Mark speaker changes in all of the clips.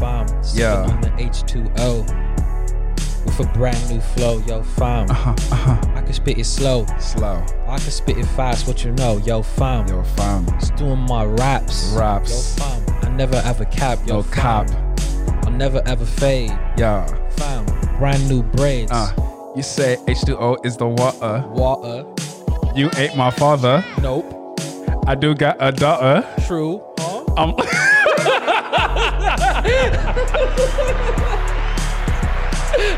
Speaker 1: Yeah.
Speaker 2: Sipping on the H2O with a brand new flow, yo, fam.
Speaker 1: Uh huh. Uh huh.
Speaker 2: I can spit it slow,
Speaker 1: Slow.
Speaker 2: I can spit it fast, what you know, yo, fam.
Speaker 1: Yo, fam.
Speaker 2: Just doing my raps,
Speaker 1: Raps.
Speaker 2: yo, fam. I never ever cap, yo,
Speaker 1: Yo, cop.
Speaker 2: fam. I'll never ever fade,
Speaker 1: Yeah.
Speaker 2: fam. Brand new braids,
Speaker 1: Uh. You say H2O is the water.
Speaker 2: water,
Speaker 1: You ain't my father.
Speaker 2: nope,
Speaker 1: I do got a daughter.
Speaker 2: true, huh?
Speaker 1: I'm.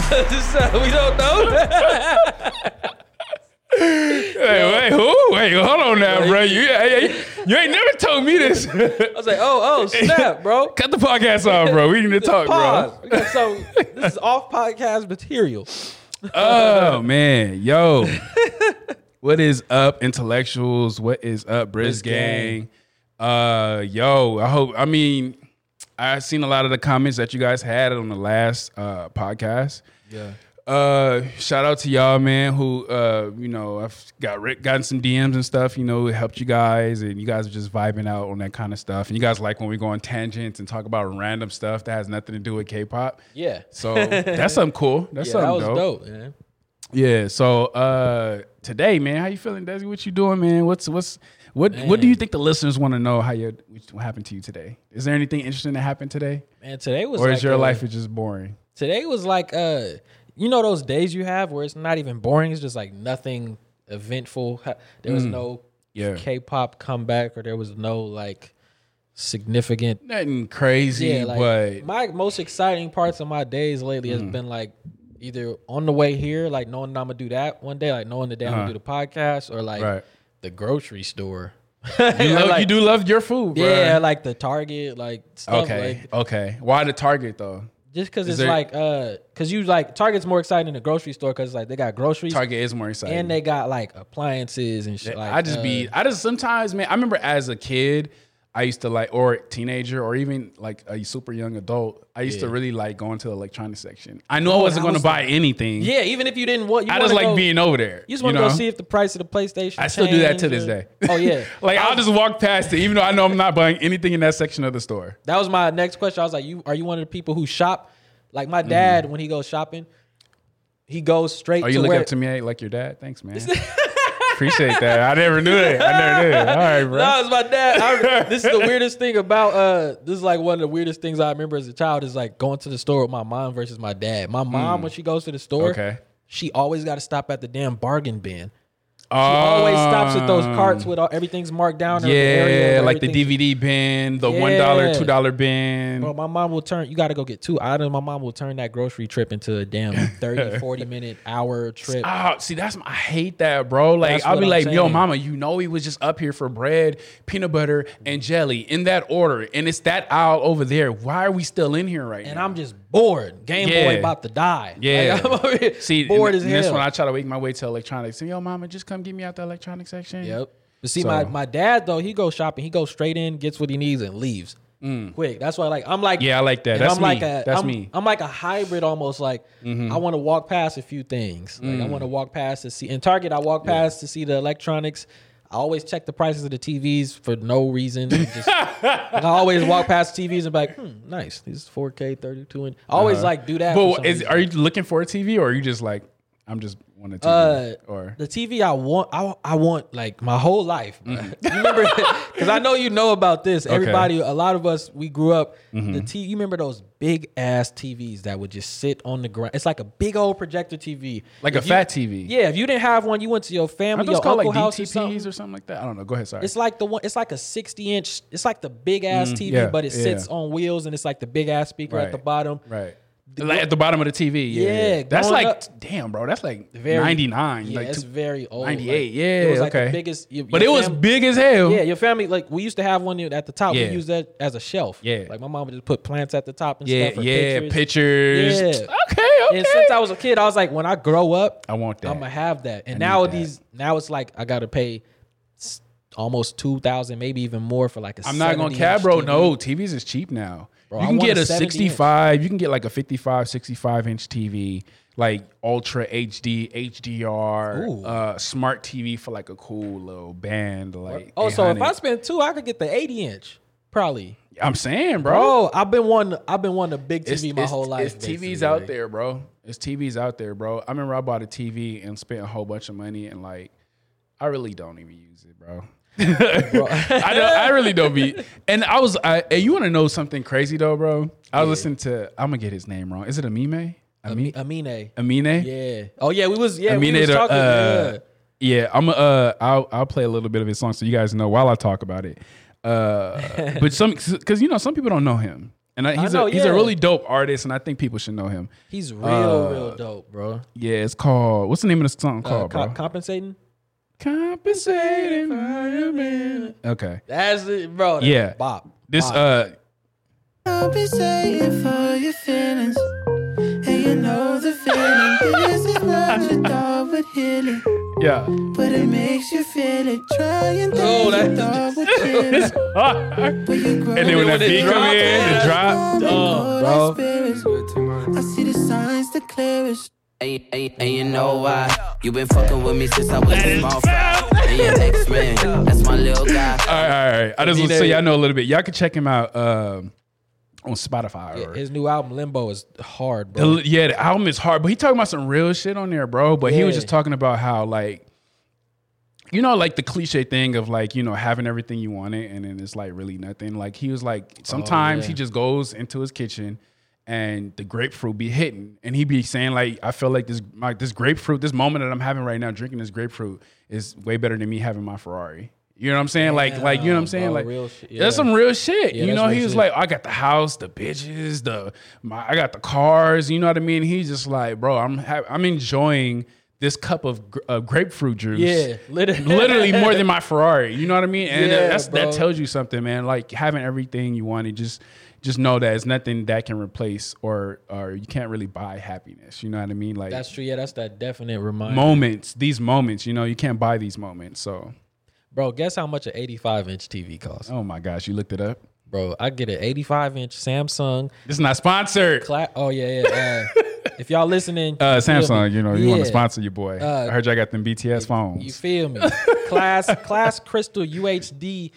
Speaker 2: So we don't know.
Speaker 1: Hey, wait, who? Wait, hold on now, bro. You, hey, hey, you ain't never told me this.
Speaker 2: I was like, oh, oh, snap, bro.
Speaker 1: Cut the podcast off, bro. We need to talk,
Speaker 2: Pause.
Speaker 1: bro.
Speaker 2: We got some- this is off podcast material.
Speaker 1: Oh man, yo, what is up, intellectuals? What is up, Briz
Speaker 2: gang.
Speaker 1: gang? Uh, yo, I hope. I mean, I've seen a lot of the comments that you guys had on the last uh, podcast.
Speaker 2: Yeah.
Speaker 1: Uh, shout out to y'all, man. Who, uh, you know, I've got Rick, gotten some DMs and stuff. You know, it helped you guys, and you guys are just vibing out on that kind of stuff. And you guys like when we go on tangents and talk about random stuff that has nothing to do with K-pop.
Speaker 2: Yeah.
Speaker 1: So that's something cool. That's
Speaker 2: Yeah,
Speaker 1: something
Speaker 2: that was
Speaker 1: dope.
Speaker 2: dope, man.
Speaker 1: Yeah. So uh today, man, how you feeling, Desi? What you doing, man? What's what's what what do you think the listeners want to know? How you what happened to you today? Is there anything interesting that happened today,
Speaker 2: Man, today was
Speaker 1: or
Speaker 2: like
Speaker 1: is your
Speaker 2: a-
Speaker 1: life is just boring?
Speaker 2: Today was like uh you know those days you have where it's not even boring, it's just like nothing eventful. Ha- There was no
Speaker 1: Mm. Yeah.
Speaker 2: K-pop comeback or there was no like significant
Speaker 1: Nothing crazy,
Speaker 2: yeah, like
Speaker 1: but Mm.
Speaker 2: my most exciting parts of my days lately has been like either on the way here, like knowing that I'm gonna do that one day, like knowing the day I'm gonna do the podcast, or like
Speaker 1: Uh-huh. Right.
Speaker 2: the grocery store.
Speaker 1: you love
Speaker 2: Like,
Speaker 1: you do love your food, bro.
Speaker 2: Yeah, like the Target, like stuff
Speaker 1: Okay.
Speaker 2: like
Speaker 1: okay. Why the Target though?
Speaker 2: just because it's
Speaker 1: there-
Speaker 2: like uh, cause you like Target's more exciting than the grocery store because like they got groceries
Speaker 1: Target is more exciting.
Speaker 2: and they got like appliances and shit. Like
Speaker 1: I just
Speaker 2: uh,
Speaker 1: be I just sometimes man I remember as a kid I used to like or teenager or even like a super young adult I used to really like going to the electronics section. I knew I wasn't
Speaker 2: Oh, I
Speaker 1: going
Speaker 2: was
Speaker 1: to buy anything.
Speaker 2: yeah. Even if you didn't want, you
Speaker 1: I just
Speaker 2: wanna
Speaker 1: like
Speaker 2: go-
Speaker 1: being over there.
Speaker 2: You just
Speaker 1: want to
Speaker 2: go see if the price of the PlayStation.
Speaker 1: I still do that to
Speaker 2: changed or-
Speaker 1: this day.
Speaker 2: Oh yeah,
Speaker 1: like I'll just walk past it, even though I know I'm not buying anything in that section of the store.
Speaker 2: That was my next question. I was like, "You are you one of the people who shop? Like my dad, when he goes shopping, he goes straight.
Speaker 1: Mm-hmm. Oh, you
Speaker 2: to
Speaker 1: look
Speaker 2: where,
Speaker 1: up to me like your dad? Thanks, man. Appreciate that. I never knew that. I never knew that. All right, bro.
Speaker 2: No, it's my dad. I- this is the weirdest thing about. uh This is like one of the weirdest things I remember as a child is like going to the store with my mom versus my dad. My mom, when she goes to the store,
Speaker 1: Hmm. Okay.
Speaker 2: she always got to stop at the damn bargain bin.
Speaker 1: Oh,
Speaker 2: She always stops at those carts with all, everything's marked down. or the area
Speaker 1: Um, Yeah,
Speaker 2: where
Speaker 1: like the
Speaker 2: everything's-
Speaker 1: DVD bin, the one dollar,
Speaker 2: Yeah.
Speaker 1: two dollar bin.
Speaker 2: Bro, my mom will turn, you got to go get two items. My mom will turn that grocery trip into a damn 30, 40 minute hour trip.
Speaker 1: Oh, see, that's I hate that, bro. Like
Speaker 2: That's
Speaker 1: I'll
Speaker 2: what
Speaker 1: be
Speaker 2: I'm
Speaker 1: like, yo,
Speaker 2: saying.
Speaker 1: mama, you know he was just up here for bread, peanut butter, and jelly in that order, and it's that aisle over there. Why are we still in here right
Speaker 2: And
Speaker 1: now?
Speaker 2: I'm just bored. Game
Speaker 1: Yeah.
Speaker 2: Boy about to die.
Speaker 1: yeah,
Speaker 2: Like, I'm over here
Speaker 1: see,
Speaker 2: bored
Speaker 1: and
Speaker 2: as
Speaker 1: This
Speaker 2: hell.
Speaker 1: one I try to wake my way to electronics. Say, yo, mama, just come get me out the electronics section.
Speaker 2: yep. But see, my,
Speaker 1: So-
Speaker 2: my dad, though, he goes shopping. He goes straight in, gets what he needs, and leaves. Quick. That's why, like, I'm like,
Speaker 1: Mm. Yeah, I like that.
Speaker 2: and
Speaker 1: That's
Speaker 2: I'm like
Speaker 1: me.
Speaker 2: a,
Speaker 1: That's
Speaker 2: I'm,
Speaker 1: me. Mm-hmm.
Speaker 2: I'm like a hybrid almost. Like, I want to walk past a few things. Like,
Speaker 1: Mm.
Speaker 2: I want to walk past to see. In Target, I walk past to see the electronics. I always check the prices of the TVs for no reason. I'm just- like, I always walk past TVs and be like, hmm, nice. These is 4K, 32 inch. I always like do that. for some
Speaker 1: Uh-huh. But is,
Speaker 2: reason.
Speaker 1: are you looking for a TV, or are you just like, I'm just want a
Speaker 2: Uh,
Speaker 1: TV, or
Speaker 2: the TV I want, I, I want like my whole life. bruh.
Speaker 1: Mm-hmm.
Speaker 2: You remember? Because I know you know about this. Everybody, a lot of us, we grew up.
Speaker 1: Mm-hmm.
Speaker 2: The T, you remember those big ass TVs that would just sit on the ground? It's like a big old projector TV,
Speaker 1: like a
Speaker 2: If you-
Speaker 1: fat TV?
Speaker 2: Yeah, if you didn't have one, you went to your
Speaker 1: Are
Speaker 2: family,
Speaker 1: those
Speaker 2: your
Speaker 1: called
Speaker 2: uncle
Speaker 1: like
Speaker 2: house or something.
Speaker 1: DTPs or something like that? I don't know. Go ahead. Sorry.
Speaker 2: It's like the one. It's like a sixty inch. It's like the big ass TV,
Speaker 1: Mm, yeah,
Speaker 2: but it
Speaker 1: yeah.
Speaker 2: sits on wheels, and it's like the big ass speaker
Speaker 1: Right,
Speaker 2: at the bottom.
Speaker 1: Right. Like at the bottom of the TV. Yeah.
Speaker 2: Yeah,
Speaker 1: that's
Speaker 2: going
Speaker 1: like,
Speaker 2: up-
Speaker 1: damn, bro. That's like
Speaker 2: Very-
Speaker 1: 99.
Speaker 2: Yeah,
Speaker 1: like
Speaker 2: it's
Speaker 1: two-
Speaker 2: very old. like,
Speaker 1: 98. yeah.
Speaker 2: it was like
Speaker 1: okay.
Speaker 2: the biggest. your-
Speaker 1: but it
Speaker 2: your
Speaker 1: was
Speaker 2: fam-
Speaker 1: big as hell.
Speaker 2: Yeah, your family like we used to have one at the top.
Speaker 1: Um, Yeah.
Speaker 2: We used that as a shelf.
Speaker 1: Yeah.
Speaker 2: like my mom would just put plants at the top and
Speaker 1: Yeah.
Speaker 2: stuff. Or
Speaker 1: yeah,
Speaker 2: pictures.
Speaker 1: Pictures.
Speaker 2: Yeah.
Speaker 1: Okay. Okay.
Speaker 2: And since I was a kid, I was like, when I grow up,
Speaker 1: I want that.
Speaker 2: I'm gonna have that. And
Speaker 1: need
Speaker 2: now
Speaker 1: that.
Speaker 2: these, now it's like I gotta pay s- almost two thousand, maybe even more for like a.
Speaker 1: I'm not gonna
Speaker 2: 70
Speaker 1: cab,
Speaker 2: inch
Speaker 1: bro.
Speaker 2: TV.
Speaker 1: No, TVs is cheap now.
Speaker 2: Bro,
Speaker 1: you
Speaker 2: I
Speaker 1: can
Speaker 2: want
Speaker 1: get
Speaker 2: a
Speaker 1: a
Speaker 2: 70 inch.
Speaker 1: 65. You can get like a 55, 65 inch TV, like Ultra HD, HDR,
Speaker 2: Ooh.
Speaker 1: uh, smart TV for like a cool little band. Like
Speaker 2: Oh, so if
Speaker 1: 800.
Speaker 2: I spend two, I could get the eighty inch, probably.
Speaker 1: I'm saying, bro.
Speaker 2: Bro, I've been one. I've been wanting a big TV
Speaker 1: It's,
Speaker 2: my
Speaker 1: it's-
Speaker 2: whole life.
Speaker 1: It's TVs
Speaker 2: basically,
Speaker 1: out
Speaker 2: like,
Speaker 1: there, bro. It's TVs out there, bro. I remember I bought a TV and spent a whole bunch of money, and like, I really don't even use it, bro. I don't. I really don't be. And I was. I, and you want to know something crazy though, bro? I was listening to. I'm gonna get his name wrong. Is it Amine? Amine?
Speaker 2: Amine.
Speaker 1: Amine?
Speaker 2: Yeah. Oh yeah, we was yeah.
Speaker 1: I mean,
Speaker 2: we was
Speaker 1: it, uh,
Speaker 2: talking. yeah.
Speaker 1: yeah, I'm uh, I'll I'll play a little bit of his song so you guys know while I talk about it. Uh, but some because you know some people don't know him, and I, he's
Speaker 2: know,
Speaker 1: a he's
Speaker 2: yeah.
Speaker 1: a really dope artist, and I think people should know him.
Speaker 2: He's real,
Speaker 1: uh,
Speaker 2: real dope, bro.
Speaker 1: Yeah, it's called what's the name of the song
Speaker 2: Uh,
Speaker 1: called,
Speaker 2: co-
Speaker 1: Oh, bro?
Speaker 2: compensating.
Speaker 1: Compensating for your man. Okay,
Speaker 2: That's it, bro. That's
Speaker 1: Yeah.
Speaker 2: Bop.
Speaker 1: this
Speaker 2: Bop.
Speaker 1: uh,
Speaker 3: Compensating for your feelings. And you know the feeling. This is not your dog would heal it.
Speaker 1: yeah,
Speaker 3: But it makes you feel it. Trying things
Speaker 2: Oh, that-
Speaker 3: your dog would kill it.
Speaker 1: and
Speaker 3: But you grow
Speaker 1: then when that
Speaker 2: when it
Speaker 1: beat come
Speaker 2: drops,
Speaker 1: in,
Speaker 2: man.
Speaker 1: it drop.
Speaker 2: Oh,
Speaker 3: bro. I see the signs, the clearest.
Speaker 4: And, and, and you know why? You been fucking with me since I was a small fry. And your ex man, that's my little guy.
Speaker 1: All right, all right. I just want to
Speaker 2: Amine.
Speaker 1: say y'all know a little bit. Y'all can check him out um, on Spotify.
Speaker 2: Yeah,
Speaker 1: or
Speaker 2: his new album Limbo is hard, bro.
Speaker 1: The, yeah, the album is hard, but he talking about some real shit on there, bro. But he was
Speaker 2: Yeah.
Speaker 1: just talking about how like, you know, like the cliche thing of like you know having everything you wanted and then it's like really nothing. Like he was like sometimes
Speaker 2: Oh, yeah.
Speaker 1: he just goes into his kitchen and the grapefruit be hitting and he be saying like I feel like this like this grapefruit this moment that I'm having right now drinking this grapefruit is way better than me having my Ferrari. You know what I'm saying? Like, like you know what I'm saying?
Speaker 2: bro,
Speaker 1: like,
Speaker 2: real shit,
Speaker 1: that's
Speaker 2: yeah.
Speaker 1: some real shit.
Speaker 2: Yeah,
Speaker 1: you
Speaker 2: that's
Speaker 1: know,
Speaker 2: real
Speaker 1: he was
Speaker 2: shit.
Speaker 1: like, I got the house, the bitches, the my, I got the cars. You know what I mean? He's just like, bro, I'm ha- I'm enjoying this cup of gr- uh, grapefruit juice.
Speaker 2: yeah, literally,
Speaker 1: literally more than my Ferrari. You know what I mean? And uh,
Speaker 2: Yeah,
Speaker 1: that's,
Speaker 2: bro.
Speaker 1: that tells you something, man. Like having everything you wanted, just just know that it's nothing that can replace or or you can't really buy happiness. You know what I mean? Like
Speaker 2: That's true. Yeah, that's that definite reminder,
Speaker 1: moments, these moments. You know, you can't buy these moments. So,
Speaker 2: bro. Guess how much an 85 inch TV costs,
Speaker 1: oh my gosh, you looked it up.
Speaker 2: bro? I get an 85 inch Samsung.
Speaker 1: This is not sponsored.
Speaker 2: Cla- oh yeah, yeah. Uh, if y'all listening,
Speaker 1: Uh,
Speaker 2: you feel
Speaker 1: Samsung,
Speaker 2: me?
Speaker 1: you know, you want
Speaker 2: Yeah.
Speaker 1: to sponsor your boy.
Speaker 2: Uh,
Speaker 1: I heard y'all got them BTS
Speaker 2: You
Speaker 1: phones.
Speaker 2: feel me? class, class crystal UHD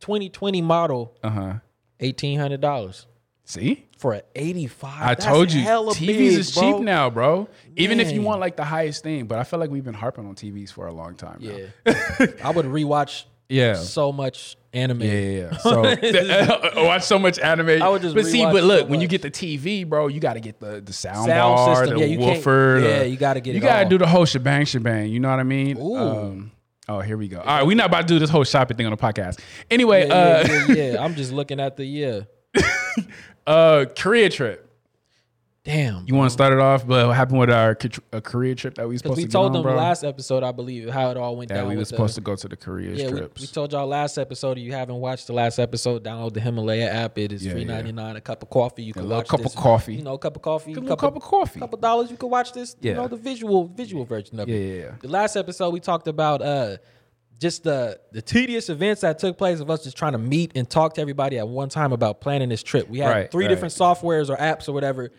Speaker 2: 2020 model,
Speaker 1: Uh huh.
Speaker 2: eighteen hundred dollars
Speaker 1: See,
Speaker 2: for an 85.
Speaker 1: I
Speaker 2: That's
Speaker 1: told you,
Speaker 2: hella
Speaker 1: TVs
Speaker 2: big,
Speaker 1: is cheap
Speaker 2: bro.
Speaker 1: now, bro. Even if you
Speaker 2: Man.
Speaker 1: want like the highest thing, but I feel like we've been harping on TVs for a long time. now.
Speaker 2: Yeah, I would rewatch
Speaker 1: yeah.
Speaker 2: so much anime.
Speaker 1: Yeah, yeah, yeah. So I watch so much anime.
Speaker 2: I would just
Speaker 1: but see,
Speaker 2: rewatch
Speaker 1: but look,
Speaker 2: so
Speaker 1: when you
Speaker 2: much.
Speaker 1: get the TV, bro, you got to get the the sound,
Speaker 2: Sound
Speaker 1: bar,
Speaker 2: system.
Speaker 1: the
Speaker 2: Yeah, you can't-
Speaker 1: woofer. the-
Speaker 2: yeah, you gotta get
Speaker 1: You
Speaker 2: it
Speaker 1: gotta
Speaker 2: all.
Speaker 1: do the whole shebang, shebang. You know what I mean?
Speaker 2: Ooh.
Speaker 1: oh, here we go. All right, we're not about to do this whole shopping thing on the podcast. Anyway,
Speaker 2: Yeah,
Speaker 1: uh,
Speaker 2: yeah, yeah, yeah. I'm just looking at the yeah.
Speaker 1: uh, Korea trip.
Speaker 2: Damn.
Speaker 1: You want to start it off, but what happened with our cat- a career trip that we was
Speaker 2: Because
Speaker 1: supposed
Speaker 2: we
Speaker 1: to get
Speaker 2: told
Speaker 1: on,
Speaker 2: them
Speaker 1: bro?
Speaker 2: last episode, I believe, how it all went
Speaker 1: that
Speaker 2: down.
Speaker 1: we
Speaker 2: with
Speaker 1: was
Speaker 2: the-
Speaker 1: supposed to go to the career
Speaker 2: Yeah, we,
Speaker 1: trips.
Speaker 2: we told y'all last episode. If you haven't watched the last episode, download the Himalaya app. It is free ninety nine. A cup of coffee, you can
Speaker 1: little
Speaker 2: watch
Speaker 1: cup of
Speaker 2: this.
Speaker 1: coffee.
Speaker 2: You know, a cup of coffee,
Speaker 1: Give 'em a cup of coffee.
Speaker 2: couple dollars, you can watch this. You
Speaker 1: Yeah.
Speaker 2: know, the visual visual version of
Speaker 1: Yeah,
Speaker 2: it.
Speaker 1: yeah, yeah.
Speaker 2: The last episode we talked about uh just the the tedious events that took place of us just trying to meet and talk to everybody at one time about planning this trip. We had
Speaker 1: Right,
Speaker 2: three
Speaker 1: right.
Speaker 2: different softwares or apps or whatever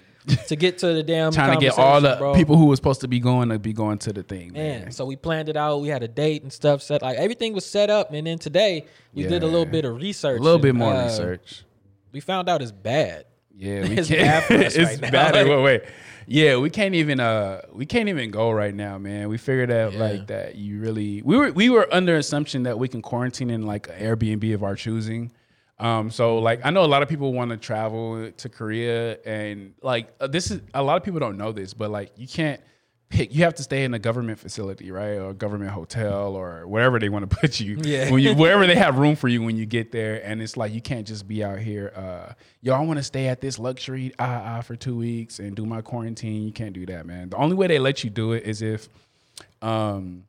Speaker 2: to get to the damn
Speaker 1: Trying to get all the
Speaker 2: conversation, bro.
Speaker 1: people who were supposed to be going to be going to the thing, man.
Speaker 2: Man, so we planned it out. We had a date and stuff set. Like everything was set up, and then today we did a little
Speaker 1: Yeah.
Speaker 2: bit of research.
Speaker 1: A little bit
Speaker 2: and,
Speaker 1: more
Speaker 2: uh,
Speaker 1: research.
Speaker 2: We found out it's bad.
Speaker 1: Yeah, we
Speaker 2: It's
Speaker 1: can't.
Speaker 2: bad for us
Speaker 1: it's
Speaker 2: right now.
Speaker 1: bad. Wait, wait. Yeah, we can't even. Uh, we can't even go right now, man. We figured out like that. You really. We were we were under assumption that we can quarantine in like an Airbnb of our choosing. Um, so like I know a lot of people want to travel to Korea and like uh, this is a lot of people don't know this, but like you can't pick. You have to stay in a government facility, right, or a government hotel or wherever they want to put you.
Speaker 2: Yeah.
Speaker 1: When you wherever they have room for you when you get there, and it's like you can't just be out here. Uh, yo, I want to stay at this luxury ah ah for two weeks and do my quarantine. You can't do that, man. The only way they let you do it is if, um,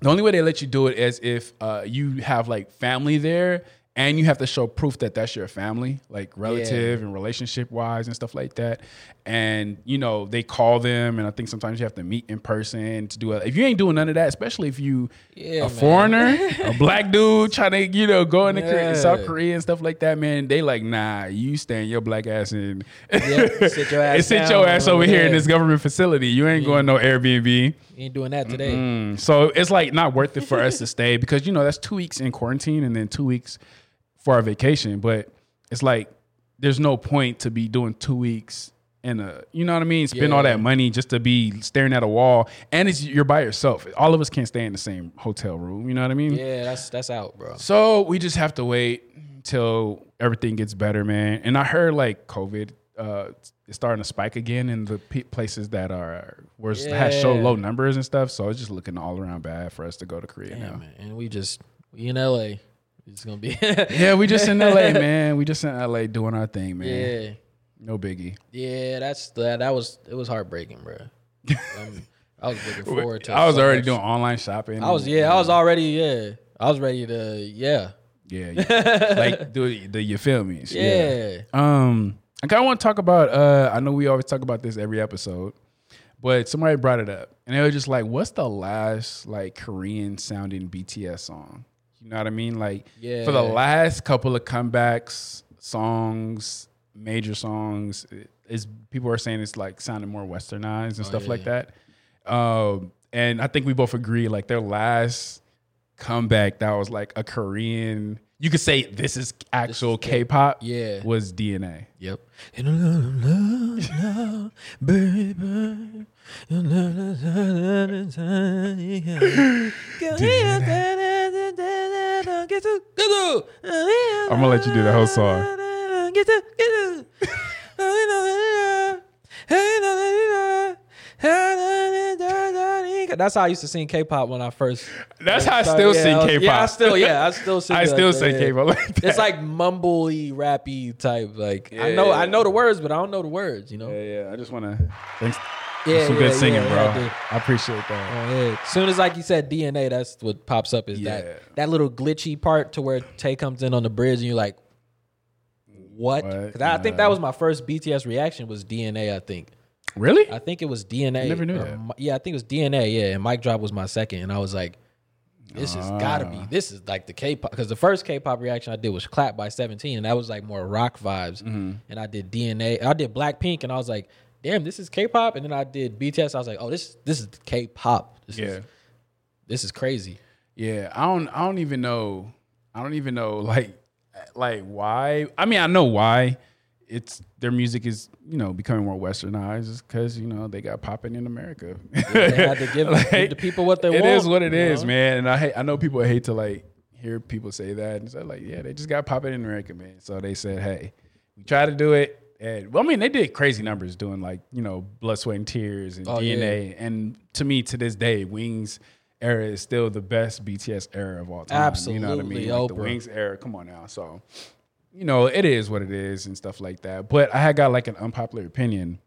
Speaker 1: the only way they let you do it is if uh, you have like family there. And you have to show proof that that's your family, like relative and relationship wise and stuff like that. And you know they call them, and I think sometimes you have to meet in person to do it. If you ain't doing none of that, especially if you
Speaker 2: Yeah,
Speaker 1: a
Speaker 2: man.
Speaker 1: foreigner, a black dude trying to, you know, go into Korea,
Speaker 2: Yeah.
Speaker 1: South Korea and stuff like that, man, they like, nah, you stand your black ass in.
Speaker 2: Yeah, sit your ass
Speaker 1: And sit
Speaker 2: down
Speaker 1: your ass over
Speaker 2: over
Speaker 1: here in
Speaker 2: there.
Speaker 1: this government facility. You ain't going no Airbnb.
Speaker 2: We ain't doing that today.
Speaker 1: Mm, So it's like not worth it for us to stay because, you know, that's two weeks in quarantine and then two weeks for our vacation. But it's like there's no point to be doing two weeks and a you know what I mean. Spend
Speaker 2: Yeah.
Speaker 1: all that money just to be staring at a wall, and it's you're by yourself. All of us can't stay in the same hotel room. You know what I mean?
Speaker 2: Yeah, that's that's out, bro.
Speaker 1: So we just have to wait till everything gets better, man. And I heard like COVID uh, is starting to spike again in the pe- places that are where it's has show
Speaker 2: Yeah.
Speaker 1: low numbers and stuff. So it's just looking all around bad for us to go to Korea
Speaker 2: Yeah,
Speaker 1: now.
Speaker 2: man. And we just we in LA. It's gonna be
Speaker 1: Yeah, we just in LA, man. We just in LA doing our thing, man.
Speaker 2: yeah.
Speaker 1: No biggie.
Speaker 2: Yeah, that's that. That was it was heartbreaking, bro. Um, I was looking forward to.
Speaker 1: I was
Speaker 2: so
Speaker 1: already
Speaker 2: much.
Speaker 1: doing online shopping.
Speaker 2: I was yeah. I was already yeah. I was ready to yeah
Speaker 1: yeah, yeah. like do the you feel me?
Speaker 2: yeah.
Speaker 1: Um, I kind of want to talk about. Uh, I know we always talk about this every episode, but somebody brought it up, and they were just like, "What's the last like Korean sounding BTS song?" You know what I mean? Like,
Speaker 2: Yeah.
Speaker 1: for the last couple of comebacks, songs, major songs, it- is people are saying it's like sounding more westernized and stuff like that. Um, and I think we both agree, like their last comeback that was like a Korean. You could say this is actual K-pop.
Speaker 2: Yeah.
Speaker 1: was DNA.
Speaker 2: Yep. I'm
Speaker 1: gonna let you do the whole song.
Speaker 2: That's how I used to sing K-pop when I first.
Speaker 1: That's how I
Speaker 2: started-
Speaker 1: still
Speaker 2: yeah,
Speaker 1: sing
Speaker 2: I was-
Speaker 1: K-pop.
Speaker 2: Yeah, I still, yeah, I still sing.
Speaker 1: I
Speaker 2: like
Speaker 1: still
Speaker 2: that,
Speaker 1: say
Speaker 2: yeah.
Speaker 1: K-pop like that.
Speaker 2: It's like mumbly, rappy type. Like I know, I know the words, but I don't know the words. You know.
Speaker 1: yeah, yeah. I just want to thanks.
Speaker 2: Yeah,
Speaker 1: some
Speaker 2: yeah,
Speaker 1: good singing,
Speaker 2: yeah,
Speaker 1: bro.
Speaker 2: I do. Uh,
Speaker 1: I appreciate that.
Speaker 2: As soon as like you said DNA, that's what pops up is
Speaker 1: Yeah.
Speaker 2: that that little glitchy part to where Tay comes in on the bridge and you're like, what?
Speaker 1: What?
Speaker 2: 'Cause I, I think that was my first BTS reaction was DNA. I think
Speaker 1: Really?
Speaker 2: I think it was DNA.
Speaker 1: never knew
Speaker 2: or
Speaker 1: that.
Speaker 2: Mi- Yeah, I think it was DNA. Yeah, and Mike Drop was my second, and I was like, this
Speaker 1: Ah.
Speaker 2: has got to be this is like the K-pop because the first K-pop reaction I did was Clap by Seventeen, and that was like more rock vibes.
Speaker 1: Mm-hmm.
Speaker 2: And I did DNA, I did Blackpink, and I was like, damn, this is K-pop. And then I did BTS, I was like, oh, this this is K-pop. This
Speaker 1: yeah,
Speaker 2: is this is crazy.
Speaker 1: yeah. I don't. I don't even know. I don't even know. Like, like why? I mean, I know why. It's their music is you know becoming more westernized because you know they got popping in America.
Speaker 2: They had to give, give the people what they
Speaker 1: It
Speaker 2: want.
Speaker 1: is what it
Speaker 2: you
Speaker 1: is,
Speaker 2: know?
Speaker 1: man. And I hate, I know people hate to like hear people say that. And so like, yeah, they just got popping in America, man. So they said, hey, we try to do it. And well, I mean, they did crazy numbers doing like, you know, blood, sweat, and tears and
Speaker 2: Oh,
Speaker 1: DNA. And to me, to this day, Wings era is still the best BTS era of all time. You know what I mean?
Speaker 2: Absolutely,
Speaker 1: Like the
Speaker 2: Oprah.
Speaker 1: Wings era. Come on now. So, you know, it is what it is and stuff like that. But I had got like an unpopular opinion.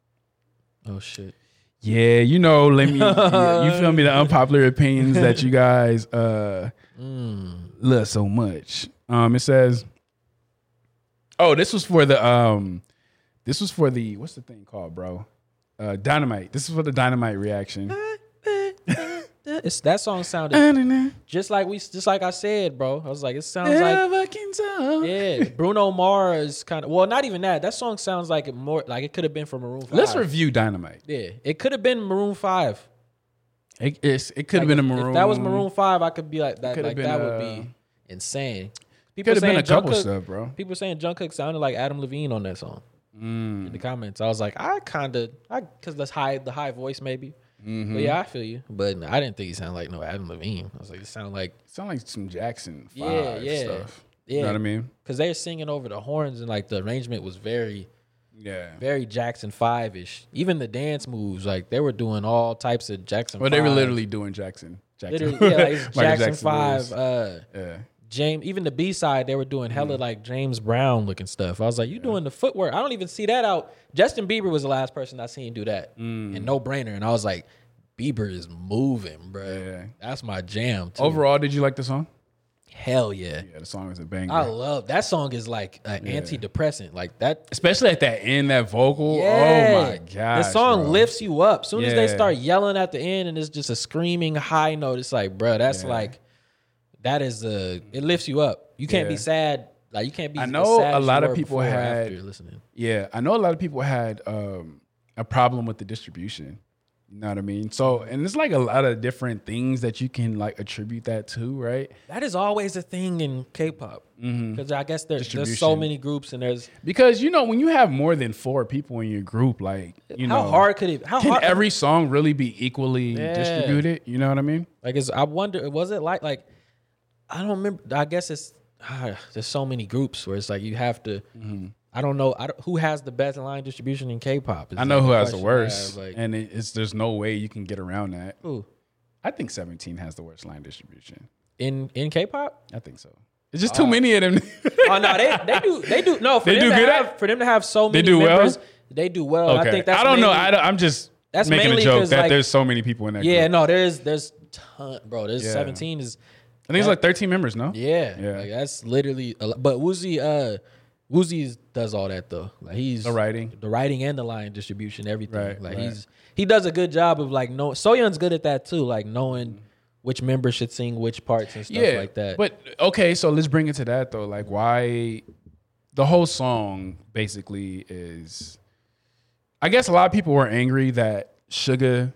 Speaker 2: Oh shit.
Speaker 1: Yeah, you know, let me. you you feel me? The unpopular opinions that you guys uh,
Speaker 2: Mm.
Speaker 1: love so much. Um, it says, "Oh, this was for the um, this was for the what's the thing called, bro? Uh, dynamite. This is for the dynamite reaction.
Speaker 2: Eh, It's, that song sounded
Speaker 1: Sounds
Speaker 2: just like we, just like I said, bro. I was like, it sounds like Yeah, Bruno Mars kind of. Well, not even that. That song sounds like it more like it could have been from Maroon Five.
Speaker 1: Let's review dynamite.
Speaker 2: Yeah, it could have been Maroon Five.
Speaker 1: It, it's, it could have
Speaker 2: Like,
Speaker 1: been a
Speaker 2: if-
Speaker 1: maroon.
Speaker 2: If that was Maroon Five, I could be like that.
Speaker 1: could have
Speaker 2: Like that
Speaker 1: been,
Speaker 2: would
Speaker 1: uh,
Speaker 2: be insane. People
Speaker 1: Could have been
Speaker 2: saying
Speaker 1: a couple
Speaker 2: Jungkook-
Speaker 1: stuff, bro.
Speaker 2: People saying Jungkook sounded like Adam Levine on that song.
Speaker 1: Mm.
Speaker 2: In the comments, I was like, I kind of, I because that's high, the high voice maybe.
Speaker 1: Mm-hmm.
Speaker 2: But yeah, I feel you. But I didn't think he sounded like no Adam Levine. I was like, it sounded like
Speaker 1: Sound like some Jackson
Speaker 2: Yeah,
Speaker 1: Five
Speaker 2: yeah.
Speaker 1: stuff.
Speaker 2: yeah,
Speaker 1: You know what I mean?
Speaker 2: Because they're singing over the horns and like the arrangement was very.
Speaker 1: Yeah.
Speaker 2: very Jackson Five ish. Even the dance moves, like they were doing all types of Jackson.
Speaker 1: Well, they were
Speaker 2: 5.
Speaker 1: literally doing Jackson. Jackson.
Speaker 2: Literally, yeah, like it's
Speaker 1: Michael
Speaker 2: Jackson,
Speaker 1: moves.
Speaker 2: Five. Uh,
Speaker 1: Yeah.
Speaker 2: James, even the B side, they were doing hella like James Brown looking stuff. I was like, you doing the footwork? I don't even see that out. Justin Bieber was the last person I seen do that, and no brainer. And I was like, Bieber is moving, bro.
Speaker 1: Yeah.
Speaker 2: That's my jam. Too.
Speaker 1: Overall, did you like the song?
Speaker 2: hell yeah.
Speaker 1: Yeah, the song is a banger.
Speaker 2: I love that song. Is like an antidepressant. Like that
Speaker 1: Especially at that end, that vocal.
Speaker 2: Yeah.
Speaker 1: Oh my god!
Speaker 2: The song lifts you up. soon as they
Speaker 1: Yeah.
Speaker 2: start yelling at the end and it's just a screaming high note, it's like, bro, that's like, that is a, it lifts you up. You can't be
Speaker 1: Yeah.
Speaker 2: sad. Like, you can't be
Speaker 1: I know
Speaker 2: sad
Speaker 1: a
Speaker 2: as you
Speaker 1: lot of
Speaker 2: were
Speaker 1: people
Speaker 2: before or
Speaker 1: had-
Speaker 2: After listening.
Speaker 1: Yeah, I know a lot of people had um, a problem with the distribution. You know what I mean? So, and there's like a lot of different things that you can like attribute that to, right?
Speaker 2: That is always a thing in K-pop because I guess there's there's so
Speaker 1: Mm-hmm. Distribution.
Speaker 2: many groups and there's
Speaker 1: Because you know when you have more than four people in your group, like you
Speaker 2: how
Speaker 1: know,
Speaker 2: hard could it how
Speaker 1: can
Speaker 2: hard
Speaker 1: every song really be equally distributed? You know what I mean?
Speaker 2: like is I wonder was it like like I don't remember I guess it's ah, there's so many groups where it's like you have to
Speaker 1: Mm-hmm.
Speaker 2: I don't know I don't, who has the best line distribution in K-pop. is
Speaker 1: I know who has the
Speaker 2: question
Speaker 1: worst,
Speaker 2: I have, like,
Speaker 1: and it, it's there's no way you can get around that.
Speaker 2: who?
Speaker 1: I think 17 has the worst line distribution.
Speaker 2: in in K-pop?
Speaker 1: I think so. It's just
Speaker 2: Uh,
Speaker 1: too many of them.
Speaker 2: Oh no, they they do they do no for
Speaker 1: They
Speaker 2: them
Speaker 1: do
Speaker 2: to
Speaker 1: good
Speaker 2: have,
Speaker 1: at-
Speaker 2: for them to have so many
Speaker 1: do well?
Speaker 2: members, They do well. I think that's
Speaker 1: I don't know.
Speaker 2: mainly-
Speaker 1: I don't, I'm just
Speaker 2: that's
Speaker 1: making a
Speaker 2: mainly
Speaker 1: joke
Speaker 2: 'cause,
Speaker 1: that
Speaker 2: like-
Speaker 1: there's so many people in that.
Speaker 2: Yeah,
Speaker 1: group.
Speaker 2: no, there's there's ton, bro. There's
Speaker 1: Yeah.
Speaker 2: 17 is
Speaker 1: I think it's like 13 members. No.
Speaker 2: yeah,
Speaker 1: Yeah.
Speaker 2: Like, that's literally. A, lo- but Woozy, uh, Woozy is- does all that though. Like he's
Speaker 1: The writing.
Speaker 2: the writing and the line distribution, everything.
Speaker 1: Right,
Speaker 2: like
Speaker 1: right.
Speaker 2: he's he does a good job of like know. Soyeon's good at that too, like knowing which member should sing which parts and stuff like that.
Speaker 1: But okay, so let's bring it to that though. Like why the whole song basically is I guess a lot of people were angry that Sugar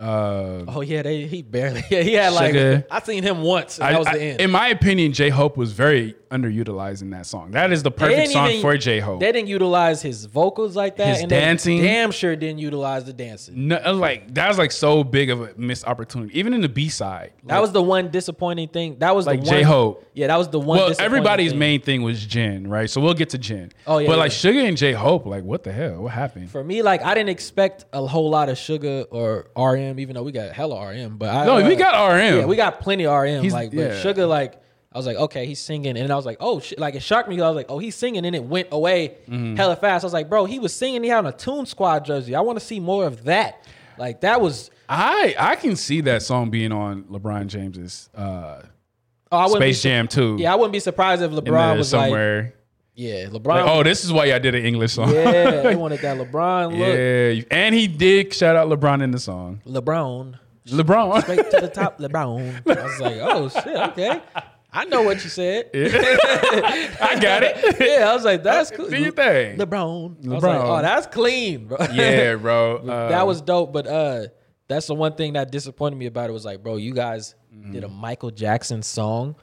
Speaker 1: uh
Speaker 2: oh yeah, they he barely. Yeah, he had like
Speaker 1: Sugar.
Speaker 2: I seen him once. And
Speaker 1: I-
Speaker 2: that was
Speaker 1: I-
Speaker 2: the end.
Speaker 1: in my opinion, J Hope was very underutilized in that song. That is the
Speaker 2: They
Speaker 1: perfect
Speaker 2: didn't
Speaker 1: song
Speaker 2: even-
Speaker 1: for J Hope.
Speaker 2: They didn't utilize his vocals like that.
Speaker 1: His
Speaker 2: and they
Speaker 1: dancing.
Speaker 2: damn sure didn't utilize the dancing.
Speaker 1: No, like that was like so big of a missed opportunity. Even in the B side,
Speaker 2: That was the one disappointing thing. That was
Speaker 1: Like
Speaker 2: the one,
Speaker 1: J-Hope.
Speaker 2: Yeah, that was the one.
Speaker 1: well,
Speaker 2: disappointing
Speaker 1: everybody's
Speaker 2: thing.
Speaker 1: main thing was Jen, right? So we'll get to Jen.
Speaker 2: Oh, yeah,
Speaker 1: but
Speaker 2: yeah.
Speaker 1: like Sugar and J Hope, like what the hell? What happened?
Speaker 2: For me, like I didn't expect a whole lot of sugar or RM, even though we got hella RM. But I,
Speaker 1: no,
Speaker 2: uh,
Speaker 1: we got RM.
Speaker 2: yeah, we got plenty of RM.
Speaker 1: He's-
Speaker 2: like, but
Speaker 1: yeah.
Speaker 2: sugar, like I was like, okay, he's singing, and I was like, oh, shit. like it shocked me. I was like, oh, he's singing, and it went away
Speaker 1: Mm-hmm.
Speaker 2: hella fast. I was like, bro, he was singing. He had on a Tune Squad jersey. I want to see more of that. Like that was.
Speaker 1: I I can see that song being on LeBron James's uh,
Speaker 2: Oh, I wouldn't be
Speaker 1: Space Jam too.
Speaker 2: Yeah, I wouldn't be surprised if
Speaker 1: in there
Speaker 2: LeBron was like,
Speaker 1: somewhere.
Speaker 2: yeah,
Speaker 1: Like,
Speaker 2: LeBron.
Speaker 1: oh, this is why y'all did an English song.
Speaker 2: yeah, they wanted that LeBron look.
Speaker 1: yeah. you- And he did shout out LeBron in the song.
Speaker 2: LeBron
Speaker 1: LeBron.
Speaker 2: straight to the top, LeBron. I was like, oh shit, okay. I know what you said. Yeah,
Speaker 1: I got it.
Speaker 2: I was like, that's cool.
Speaker 1: Do your thing.
Speaker 2: LeBron. I was like,
Speaker 1: LeBron.
Speaker 2: oh, that's clean, bro.
Speaker 1: yeah, bro. Uh,
Speaker 2: that was dope. But uh, that's the one thing that disappointed me about it was like, bro, you guys did
Speaker 1: Mm-hmm.
Speaker 2: a Michael Jackson song,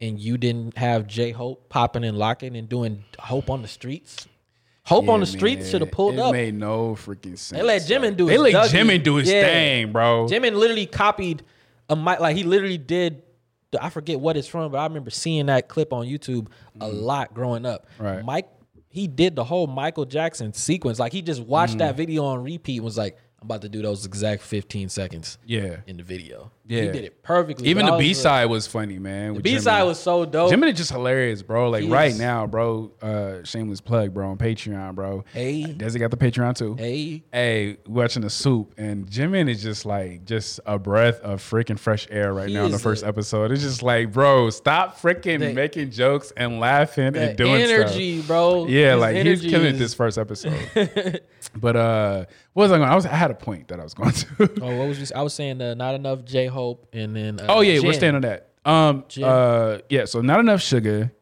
Speaker 2: and you didn't have J Hope popping and locking and doing Hope on the streets. Hope
Speaker 1: Uh, yeah,
Speaker 2: on the streets
Speaker 1: man.
Speaker 2: should have pulled
Speaker 1: it
Speaker 2: up.
Speaker 1: made no freaking sense.
Speaker 2: They let Jimin do
Speaker 1: They
Speaker 2: his
Speaker 1: let
Speaker 2: Dougie.
Speaker 1: Jimin do his
Speaker 2: Yeah.
Speaker 1: thing, bro.
Speaker 2: Jimin literally copied a mi- like he literally did. the- I forget what it's from, but I remember seeing that clip on YouTube a lot growing up.
Speaker 1: Mm-hmm. Right.
Speaker 2: Mike, he did the whole Michael Jackson sequence. Like he just watched
Speaker 1: Mm.
Speaker 2: that video on repeat. and Was like, I'm about to do those exact 15 seconds.
Speaker 1: Yeah.
Speaker 2: In the video. He
Speaker 1: Yeah.
Speaker 2: did it perfectly.
Speaker 1: Even
Speaker 2: but I
Speaker 1: the
Speaker 2: was
Speaker 1: B
Speaker 2: like-
Speaker 1: side was funny, man.
Speaker 2: B side was so dope.
Speaker 1: Jimin is just hilarious, bro. Like
Speaker 2: He
Speaker 1: right
Speaker 2: is.
Speaker 1: now, bro. Uh, shameless plug, bro. On Patreon, bro.
Speaker 2: Hey.
Speaker 1: Desi got the Patreon too.
Speaker 2: Hey.
Speaker 1: Hey, watching the soup, and Jimin is just like just a breath of freaking fresh air right
Speaker 2: He
Speaker 1: now in the
Speaker 2: is
Speaker 1: first
Speaker 2: the-
Speaker 1: episode. It's just like, bro, stop freaking
Speaker 2: The-
Speaker 1: making jokes and laughing
Speaker 2: The
Speaker 1: and doing
Speaker 2: energy,
Speaker 1: stuff.
Speaker 2: bro.
Speaker 1: Yeah,
Speaker 2: His
Speaker 1: like he's
Speaker 2: energy
Speaker 1: killing
Speaker 2: is-
Speaker 1: this first episode. but uh, what was I going? I was I had a point that I was going to.
Speaker 2: Oh, what was this? I was saying uh, not enough J Hope, and then uh,
Speaker 1: Oh yeah, we're
Speaker 2: Jin.
Speaker 1: staying on that. Um,
Speaker 2: Gin.
Speaker 1: uh, yeah. So not enough sugar,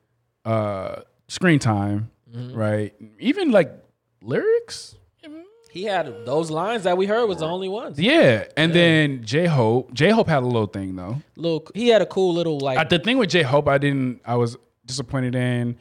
Speaker 1: uh, screen time,
Speaker 2: Mm-hmm.
Speaker 1: right? Even like lyrics.
Speaker 2: He had those lines that we heard was the only ones.
Speaker 1: Yeah, and then J Hope. J Hope had a little thing though.
Speaker 2: Little, he had a cool little like
Speaker 1: Uh, the thing with J Hope, I didn't. I was disappointed in.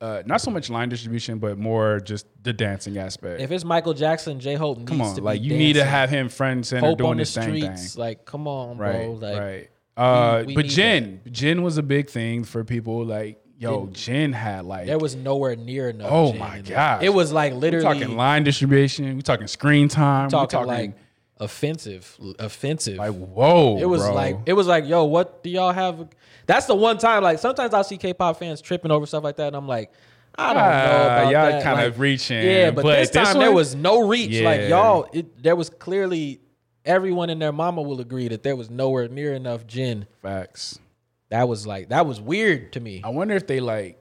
Speaker 1: Uh, not so much line distribution, but more just the dancing aspect.
Speaker 2: If it's Michael Jackson, J Hope needs
Speaker 1: Come on,
Speaker 2: to
Speaker 1: like
Speaker 2: be
Speaker 1: you need to
Speaker 2: dancing.
Speaker 1: have him front and center
Speaker 2: Hope
Speaker 1: doing
Speaker 2: on the
Speaker 1: his same thing.
Speaker 2: streets. Like, come on,
Speaker 1: right,
Speaker 2: bro. Like,
Speaker 1: right. Uh,
Speaker 2: we
Speaker 1: but
Speaker 2: need
Speaker 1: Jen, Jen was a big thing for people. Like, yo, Jen had like
Speaker 2: there was nowhere near enough.
Speaker 1: Oh
Speaker 2: Jin
Speaker 1: my
Speaker 2: in there.
Speaker 1: gosh.
Speaker 2: It was like literally
Speaker 1: We're talking line distribution. We're talking screen time.
Speaker 2: talking,
Speaker 1: we're talking
Speaker 2: like offensive, offensive.
Speaker 1: like, whoa.
Speaker 2: it was
Speaker 1: bro.
Speaker 2: like it was like, yo, what do y'all have? That's the one time. Like sometimes I see K-pop fans tripping over stuff like that, and I'm like, I don't know
Speaker 1: Ah,
Speaker 2: about
Speaker 1: y'all
Speaker 2: that.
Speaker 1: kind
Speaker 2: Like,
Speaker 1: of reaching.
Speaker 2: Yeah, but, this time there
Speaker 1: one-
Speaker 2: was no reach.
Speaker 1: Yeah.
Speaker 2: Like y'all, it, there was clearly everyone and their mama will agree that there was nowhere near enough Jin.
Speaker 1: facts.
Speaker 2: That was like that was weird to me.
Speaker 1: I wonder if they like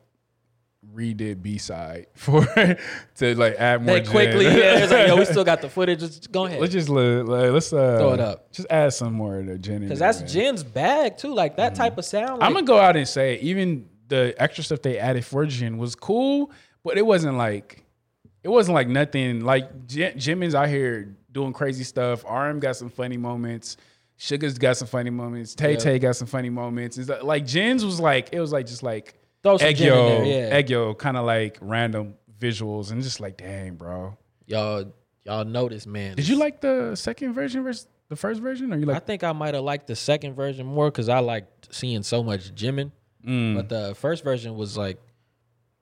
Speaker 1: redid B side for to like add more.
Speaker 2: They quickly,
Speaker 1: Jen.
Speaker 2: yeah, it's like, yo, we still got the footage. Just go ahead.
Speaker 1: let's just li- like, let's uh,
Speaker 2: Throw it up.
Speaker 1: Just add some more to Jen.
Speaker 2: Because that's Jen's bag, too. Like, that type of sound.
Speaker 1: I'm gonna go out and say even the extra stuff they added for Jin was cool, but it wasn't like it wasn't like nothing. Like J- Jimin's out here doing crazy stuff. RM got some funny moments. Sugar's got some funny moments. Tay Tay got some funny moments. It's like, like Jen's was like it was like just like
Speaker 2: Throw some
Speaker 1: egg
Speaker 2: Jen in
Speaker 1: yo,
Speaker 2: there, yeah.
Speaker 1: egg yo, kind of like random visuals and just like dang, bro.
Speaker 2: Y'all, y'all know this man.
Speaker 1: Did you like the second version versus the first version, or you
Speaker 2: I
Speaker 1: like?
Speaker 2: think I might have liked the second version more because I liked seeing so much Jimin.
Speaker 1: Mm.
Speaker 2: But the first version was like,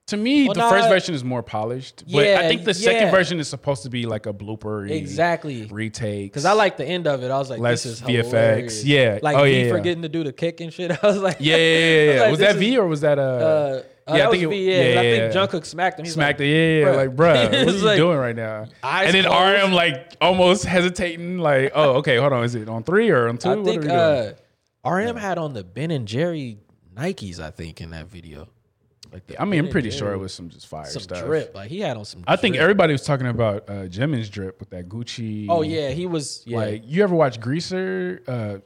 Speaker 1: to me,
Speaker 2: Well,
Speaker 1: the
Speaker 2: nah,
Speaker 1: first version is more polished, but
Speaker 2: yeah,
Speaker 1: I think the second
Speaker 2: yeah.
Speaker 1: version is supposed to be like a blooper
Speaker 2: exactly.
Speaker 1: retake.
Speaker 2: Because I like the end of it. I was like,
Speaker 1: Less
Speaker 2: this is
Speaker 1: VFX.
Speaker 2: hilarious.
Speaker 1: Yeah.
Speaker 2: Like
Speaker 1: Oh,
Speaker 2: me
Speaker 1: yeah, yeah.
Speaker 2: forgetting to do the kick and shit. I was like,
Speaker 1: Yeah, yeah, yeah. yeah, yeah.
Speaker 2: I
Speaker 1: was
Speaker 2: was like,
Speaker 1: that
Speaker 2: this
Speaker 1: V
Speaker 2: is-
Speaker 1: or was that uh,
Speaker 2: Uh, uh, that was V, yeah, I think Jungkook smacked him. He's
Speaker 1: smacked
Speaker 2: like,
Speaker 1: it. Yeah, yeah, like,
Speaker 2: "Bruh."
Speaker 1: bruh, what are
Speaker 2: It's
Speaker 1: you
Speaker 2: like,
Speaker 1: doing right now?
Speaker 2: eyes
Speaker 1: And then
Speaker 2: closed.
Speaker 1: RM like almost hesitating, like, oh, okay, hold on, is it on three or on two?
Speaker 2: I
Speaker 1: What are
Speaker 2: think
Speaker 1: we doing?
Speaker 2: uh, RM had on the Ben and Jerry Nikes. I think in that video, like the
Speaker 1: I mean, I'm
Speaker 2: Ben
Speaker 1: pretty
Speaker 2: and
Speaker 1: sure it
Speaker 2: Jerry-
Speaker 1: was some just fire
Speaker 2: some
Speaker 1: stuff.
Speaker 2: drip. Like he had on some.
Speaker 1: I think
Speaker 2: drip.
Speaker 1: everybody was talking about uh, Jimin's drip with that Gucci.
Speaker 2: Oh yeah, he was. Yeah.
Speaker 1: Like, you ever watch Greaser? Uh,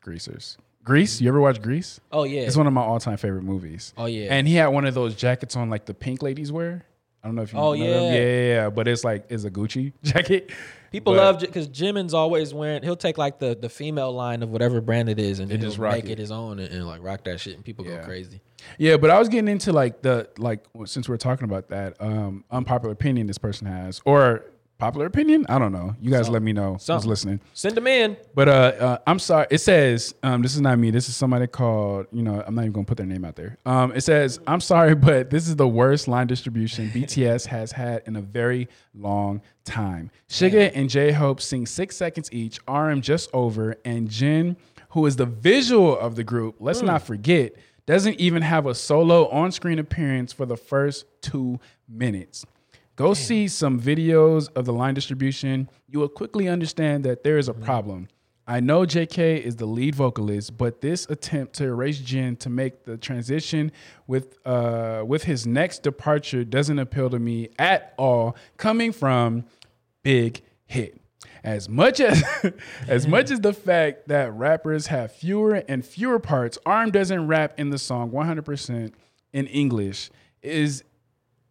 Speaker 1: Greasers. Grease? You ever watch Grease?
Speaker 2: oh yeah.
Speaker 1: It's one of my all time favorite movies.
Speaker 2: Oh, yeah.
Speaker 1: And he had one of those jackets on like the pink ladies wear. I don't know if you
Speaker 2: Oh,
Speaker 1: know them.
Speaker 2: yeah.
Speaker 1: yeah, yeah, yeah. But it's like it's a Gucci jacket.
Speaker 2: People
Speaker 1: But-
Speaker 2: love because Jimin's always wearing. He'll take like the the female line of whatever brand it is, and he'll
Speaker 1: just rock
Speaker 2: make
Speaker 1: it.
Speaker 2: it. his own and, and, like rock that shit, and people
Speaker 1: Yeah.
Speaker 2: go crazy.
Speaker 1: Yeah, but I was getting into like the like since we're talking about that um unpopular opinion this person has or popular opinion. I don't know. You guys let me know. I was
Speaker 2: Some.
Speaker 1: listening.
Speaker 2: Send them in.
Speaker 1: But uh, uh, I'm sorry. It says um, this is not me. This is somebody called. You know, I'm not even gonna put their name out there. Um, it says I'm sorry, but this is the worst line distribution BTS has had in a very long time. Suga and J Hope sing six seconds each. RM just over, and Jin, who is the visual of the group, let's not forget, doesn't even have a solo on-screen appearance for the first two minutes. Go see some videos of the line distribution. You will quickly understand that there is a problem. I know JK is the lead vocalist, but this attempt to erase Jin to make the transition with uh, with his next departure doesn't appeal to me at all. Coming from Big Hit, as much as as much as the fact that rappers have fewer and fewer parts, Arm doesn't rap in the song 100% in English. Is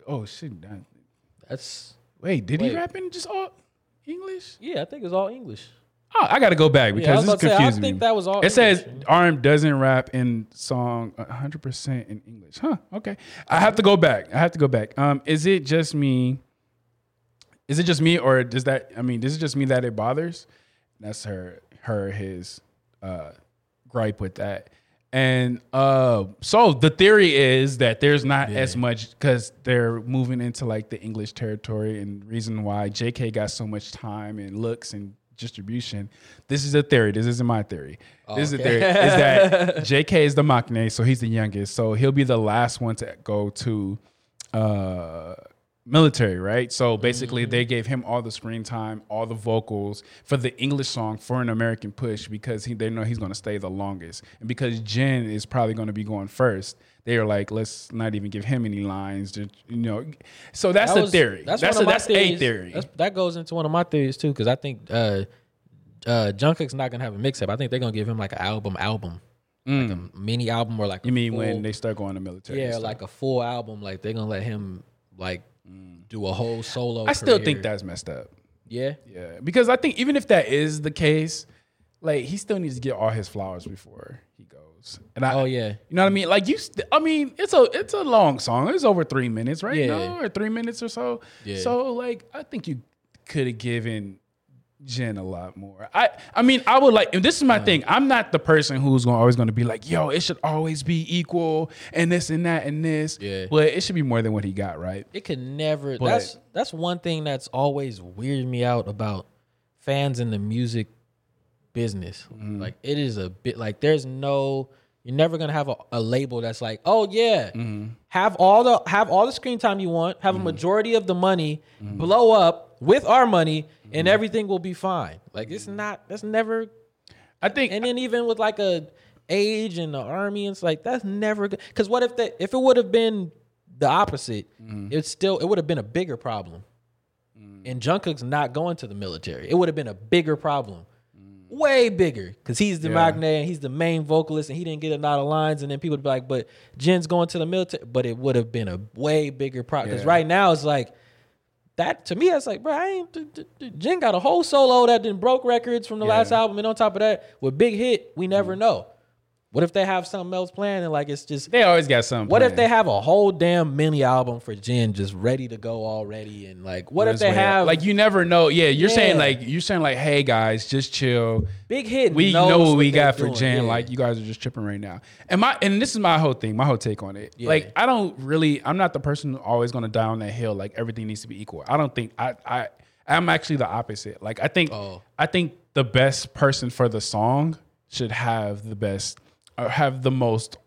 Speaker 1: oh shit, that-
Speaker 2: That's
Speaker 1: Wait, did he
Speaker 2: Wait.
Speaker 1: rap in just all English?
Speaker 2: yeah. I think it's all English.
Speaker 1: Oh, I got to go back
Speaker 2: I was
Speaker 1: because this
Speaker 2: about to say, I
Speaker 1: confusing me.
Speaker 2: think that was all
Speaker 1: It says
Speaker 2: English.
Speaker 1: RM doesn't rap in song 100% in English. Huh, okay. I have to go back. I have to go back. Um is it just me? Is it just me or does that I mean, does it just me that it bothers? That's her her his uh gripe with that. And uh so the theory is that there's not as much cuz they're moving into like the English territory and reason why JK got so much time and looks and distribution. This is a theory. This isn't my theory. this
Speaker 2: okay.
Speaker 1: is a theory is that JK is the Machne, so he's the youngest. So he'll be the last one to go to uh military, right? So basically they gave him all the screen time, all the vocals for the English song for an American push because he they know he's gonna stay the longest. And because Jen is probably gonna be going first, they are like, let's not even give him any lines. Just, you know. So that's
Speaker 2: That
Speaker 1: a
Speaker 2: was-
Speaker 1: theory. That's that's,
Speaker 2: one of
Speaker 1: a,
Speaker 2: my
Speaker 1: that's a
Speaker 2: theories.
Speaker 1: theory.
Speaker 2: That's- that goes into one of my theories too, because I think uh, uh, Jungkook's not gonna have a mixtape. I think they're gonna give him like an album, album, like a mini album or like
Speaker 1: Mm. you
Speaker 2: a
Speaker 1: mean
Speaker 2: full,
Speaker 1: when they start going to military? and
Speaker 2: yeah,
Speaker 1: stuff.
Speaker 2: like a full album. Like they're gonna let him like
Speaker 1: Mm.
Speaker 2: do a whole solo.
Speaker 1: I still think
Speaker 2: career.
Speaker 1: that's messed up.
Speaker 2: Yeah,
Speaker 1: Yeah, because I think even if that is the case, like he still needs to get all his flowers before he goes. And I,
Speaker 2: Oh, yeah.
Speaker 1: you know what I mean. Like you, st- I mean, it's a it's a long song. It's over three minutes, right?
Speaker 2: Yeah.
Speaker 1: No, or three minutes or so.
Speaker 2: Yeah.
Speaker 1: So like, I think you could have given Jen a lot more. I I mean, I would like. And this is my thing. I'm not the person who's gonna, always going to be like, yo, it should always be equal and this and that and this.
Speaker 2: Yeah.
Speaker 1: But it should be more than what he got, right?
Speaker 2: it could never. that's that's one thing that's always weirded me out about fans in the music business. Like it is a bit like there's no. You're never gonna have a, a label that's like, oh yeah, have all the have all the screen time you want, have a majority of the money, blow up with our money, and everything will be fine. Like it's not. That's never
Speaker 1: I think.
Speaker 2: and then even with like a age and the army, it's like that's never good. Because what if that if it would have been the opposite, it's still it would have been a bigger problem. And Jungkook's not going to the military. It would have been a bigger problem, way bigger, because he's the
Speaker 1: Yeah.
Speaker 2: magne and he's the main vocalist, and he didn't get a lot of lines. And then people would be like, "But Jen's going to the military," but it would have been a way bigger problem. Because
Speaker 1: Yeah.
Speaker 2: right now it's like that to me, that's like, bro, I ain't. d- d- d- Jen got a whole solo that then broke records from the last
Speaker 1: Yeah. Mm-hmm.
Speaker 2: album, and on top of that, with big hit, we never know. What if they have something else planned and like it's just
Speaker 1: They always got something.
Speaker 2: what if
Speaker 1: planned.
Speaker 2: they have a whole damn mini album for Jen just ready to go already? And like, what
Speaker 1: On
Speaker 2: if
Speaker 1: his
Speaker 2: they
Speaker 1: way up.
Speaker 2: have
Speaker 1: like you never know? Yeah, you're saying
Speaker 2: Yeah.
Speaker 1: like you're saying like, hey guys, just chill.
Speaker 2: Big Hit
Speaker 1: We
Speaker 2: knows
Speaker 1: know what,
Speaker 2: what
Speaker 1: we
Speaker 2: they're
Speaker 1: got for
Speaker 2: doing,
Speaker 1: Jan.
Speaker 2: yeah.
Speaker 1: Like you guys are just tripping right now. And my and this is my whole thing, my whole take on it.
Speaker 2: Yeah.
Speaker 1: Like I don't really, I'm not the person always going to die on that hill. Like everything needs to be equal. I don't think I I I'm actually the opposite. Like I think
Speaker 2: Oh.
Speaker 1: I think the best person for the song should have the best or have the most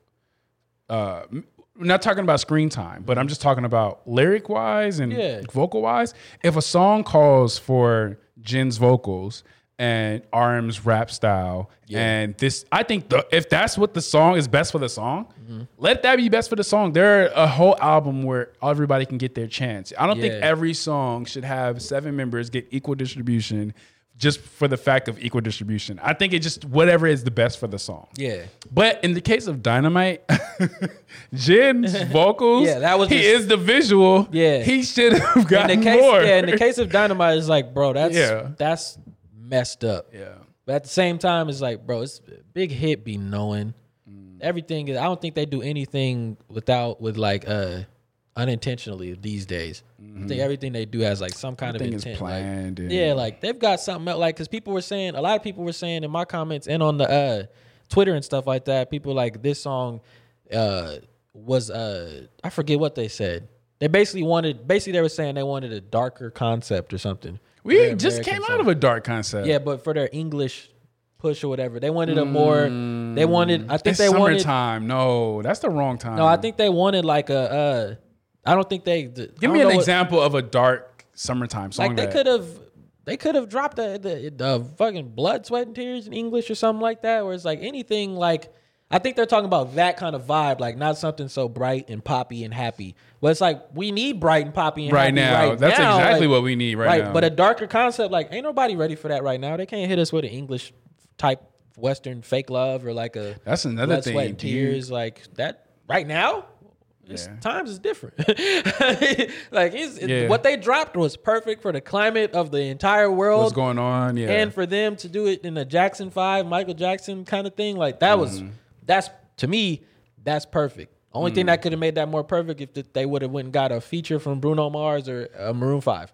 Speaker 1: uh, m- we're not talking about screen time, but I'm just talking about lyric wise and
Speaker 2: Yeah.
Speaker 1: vocal wise. If a song calls for Jen's vocals and RM's rap style, and this, I think the, if that's what the song is best for the song,
Speaker 2: Mm-hmm.
Speaker 1: let that be best for the song. There are a whole album where everybody can get their chance. I don't
Speaker 2: Yeah.
Speaker 1: think every song should have seven members get equal distribution. Just for the fact of equal distribution, I think it just whatever is the best for the song.
Speaker 2: yeah.
Speaker 1: But in the case of Dynamite, Jen's vocals,
Speaker 2: Yeah, that was
Speaker 1: he
Speaker 2: just-
Speaker 1: is the visual.
Speaker 2: Yeah.
Speaker 1: he should have
Speaker 2: In the
Speaker 1: gotten
Speaker 2: case,
Speaker 1: more.
Speaker 2: yeah, in the case of Dynamite, it's like, bro, that's
Speaker 1: Yeah.
Speaker 2: that's messed up.
Speaker 1: yeah,
Speaker 2: But at the same time, it's like, bro, it's Big Hit be knowing
Speaker 1: Mm.
Speaker 2: everything. Is, I don't think they do anything without with like uh unintentionally these days. I think everything they do has like some kind
Speaker 1: Mm-hmm. Everything
Speaker 2: of
Speaker 1: is
Speaker 2: intent. like-
Speaker 1: planned. and-
Speaker 2: Yeah, like they've got something else. Like, because people were saying, a lot of people were saying in my comments and on the uh, Twitter and stuff like that, people like this song uh, was, uh, I forget what they said. They basically wanted, basically, they were saying they wanted a darker concept or something.
Speaker 1: we
Speaker 2: Very
Speaker 1: just
Speaker 2: American
Speaker 1: came
Speaker 2: song.
Speaker 1: out of a dark concept.
Speaker 2: Yeah, but for their English push or whatever, they wanted a more, they wanted, I think
Speaker 1: Mm. it's
Speaker 2: they wanted,
Speaker 1: summertime. no, that's the wrong time.
Speaker 2: no, I think they wanted like a, uh, I don't think they,
Speaker 1: Give me an example of a dark summertime song.
Speaker 2: Like they
Speaker 1: that-
Speaker 2: could have, they could have dropped the, the the fucking blood, sweat, and tears in English or something like that. Where it's like anything like, I think they're talking about that kind of vibe, like not something so bright and poppy and happy. But it's like we need bright and poppy and
Speaker 1: Right
Speaker 2: happy
Speaker 1: now.
Speaker 2: Right
Speaker 1: That's
Speaker 2: now,
Speaker 1: exactly
Speaker 2: like-
Speaker 1: what we need right now.
Speaker 2: But a darker concept, like ain't nobody ready for that right now. They can't hit us with an English type Western fake love or like a
Speaker 1: That's another
Speaker 2: blood, sweat,
Speaker 1: thing,
Speaker 2: and
Speaker 1: dude.
Speaker 2: tears like that right now. It's,
Speaker 1: Yeah.
Speaker 2: Times is different. like it's, it-
Speaker 1: Yeah.
Speaker 2: what they dropped was perfect for the climate of the entire world,
Speaker 1: what's going on? Yeah,
Speaker 2: and for them to do it in a Jackson Five, Michael Jackson kind of thing. Like that was
Speaker 1: Mm-hmm.
Speaker 2: that's to me that's perfect. Only thing
Speaker 1: Mm-hmm.
Speaker 2: that could have made that more perfect if th- they would have went and got a feature from Bruno Mars or uh, Maroon Five.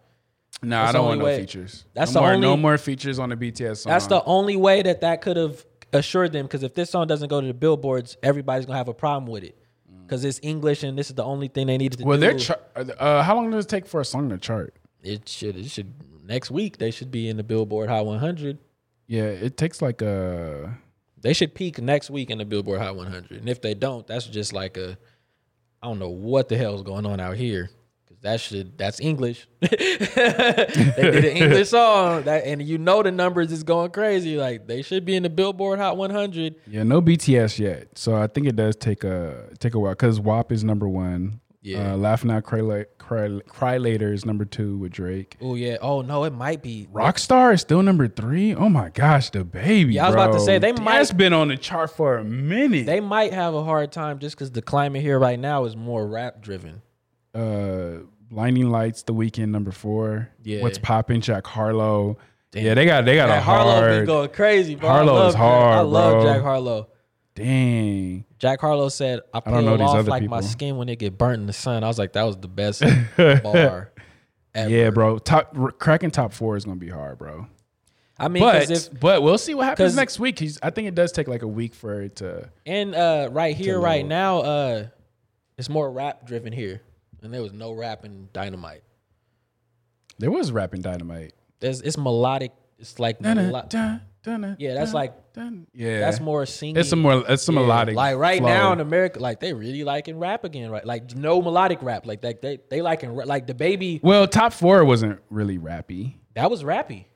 Speaker 1: no,
Speaker 2: that's
Speaker 1: I
Speaker 2: the
Speaker 1: don't
Speaker 2: only
Speaker 1: want no
Speaker 2: way-
Speaker 1: features.
Speaker 2: that's
Speaker 1: no
Speaker 2: the
Speaker 1: more, no
Speaker 2: only-
Speaker 1: more features on the BTS song.
Speaker 2: That's the only way that that could have assured them. Because if this song doesn't go to the billboards, everybody's gonna have a problem with it. Because it's English, and this is the only thing they needed to
Speaker 1: well,
Speaker 2: do.
Speaker 1: they're char- uh, how long does it take for a song to chart?
Speaker 2: it should it should next week they should be in the Billboard Hot 100.
Speaker 1: Yeah, it takes like a.
Speaker 2: They should peak next week in the Billboard Hot 100. And if they don't, that's just like a I don't know what the hell's going on out here. Cause that should that's English. they did an English song that, and you know the numbers is going crazy. Like they should be in the Billboard Hot 100.
Speaker 1: Yeah, no BTS yet. So I think it does take a take a while because WAP is number one.
Speaker 2: Yeah.
Speaker 1: Uh, Laugh Now, Cry, La- Cry, Cry Later is number two with Drake.
Speaker 2: Oh yeah. Oh no, it might be.
Speaker 1: Rockstar is still number three. Oh my gosh, the baby.
Speaker 2: Yeah, I was about to
Speaker 1: bro.
Speaker 2: say, they
Speaker 1: That's
Speaker 2: might-
Speaker 1: been on the chart for a minute.
Speaker 2: They might have a hard time just because the climate here right now is more rap driven.
Speaker 1: uh, Blinding Lights, The Weekend, number four.
Speaker 2: Yeah.
Speaker 1: What's popping? Jack Harlow. Yeah, they got they got a
Speaker 2: Jack Harlow been
Speaker 1: hard.
Speaker 2: going crazy, bro.
Speaker 1: Harlow
Speaker 2: I love
Speaker 1: is
Speaker 2: Jack-
Speaker 1: hard,
Speaker 2: I love
Speaker 1: bro.
Speaker 2: Jack Harlow.
Speaker 1: Dang.
Speaker 2: Jack Harlow said, "I peel
Speaker 1: don't know these
Speaker 2: off
Speaker 1: other
Speaker 2: like my
Speaker 1: people."
Speaker 2: skin when it get burnt in the sun." I was like, "That was the best bar." Ever.
Speaker 1: Yeah, bro. Top r- cracking top four is gonna be hard, bro.
Speaker 2: I mean, 'cause
Speaker 1: But
Speaker 2: if
Speaker 1: but we'll see what happens
Speaker 2: 'cause-
Speaker 1: next week. He's, I think it does take like a week for it to.
Speaker 2: and uh, right here,
Speaker 1: Hello.
Speaker 2: right now, uh, it's more rap driven here, and there was no rap in Dynamite.
Speaker 1: There was rapping dynamite.
Speaker 2: There's it's melodic. It's like melo- Yeah, that's like-
Speaker 1: yeah.
Speaker 2: that's more singing.
Speaker 1: It's some more. It's some
Speaker 2: Yeah,
Speaker 1: melodic.
Speaker 2: Like right
Speaker 1: flow.
Speaker 2: now in America, like they really liking rap again, right? Like no melodic rap. Like that they they liking ra- like the baby
Speaker 1: well, top four wasn't really rappy.
Speaker 2: that was rappy.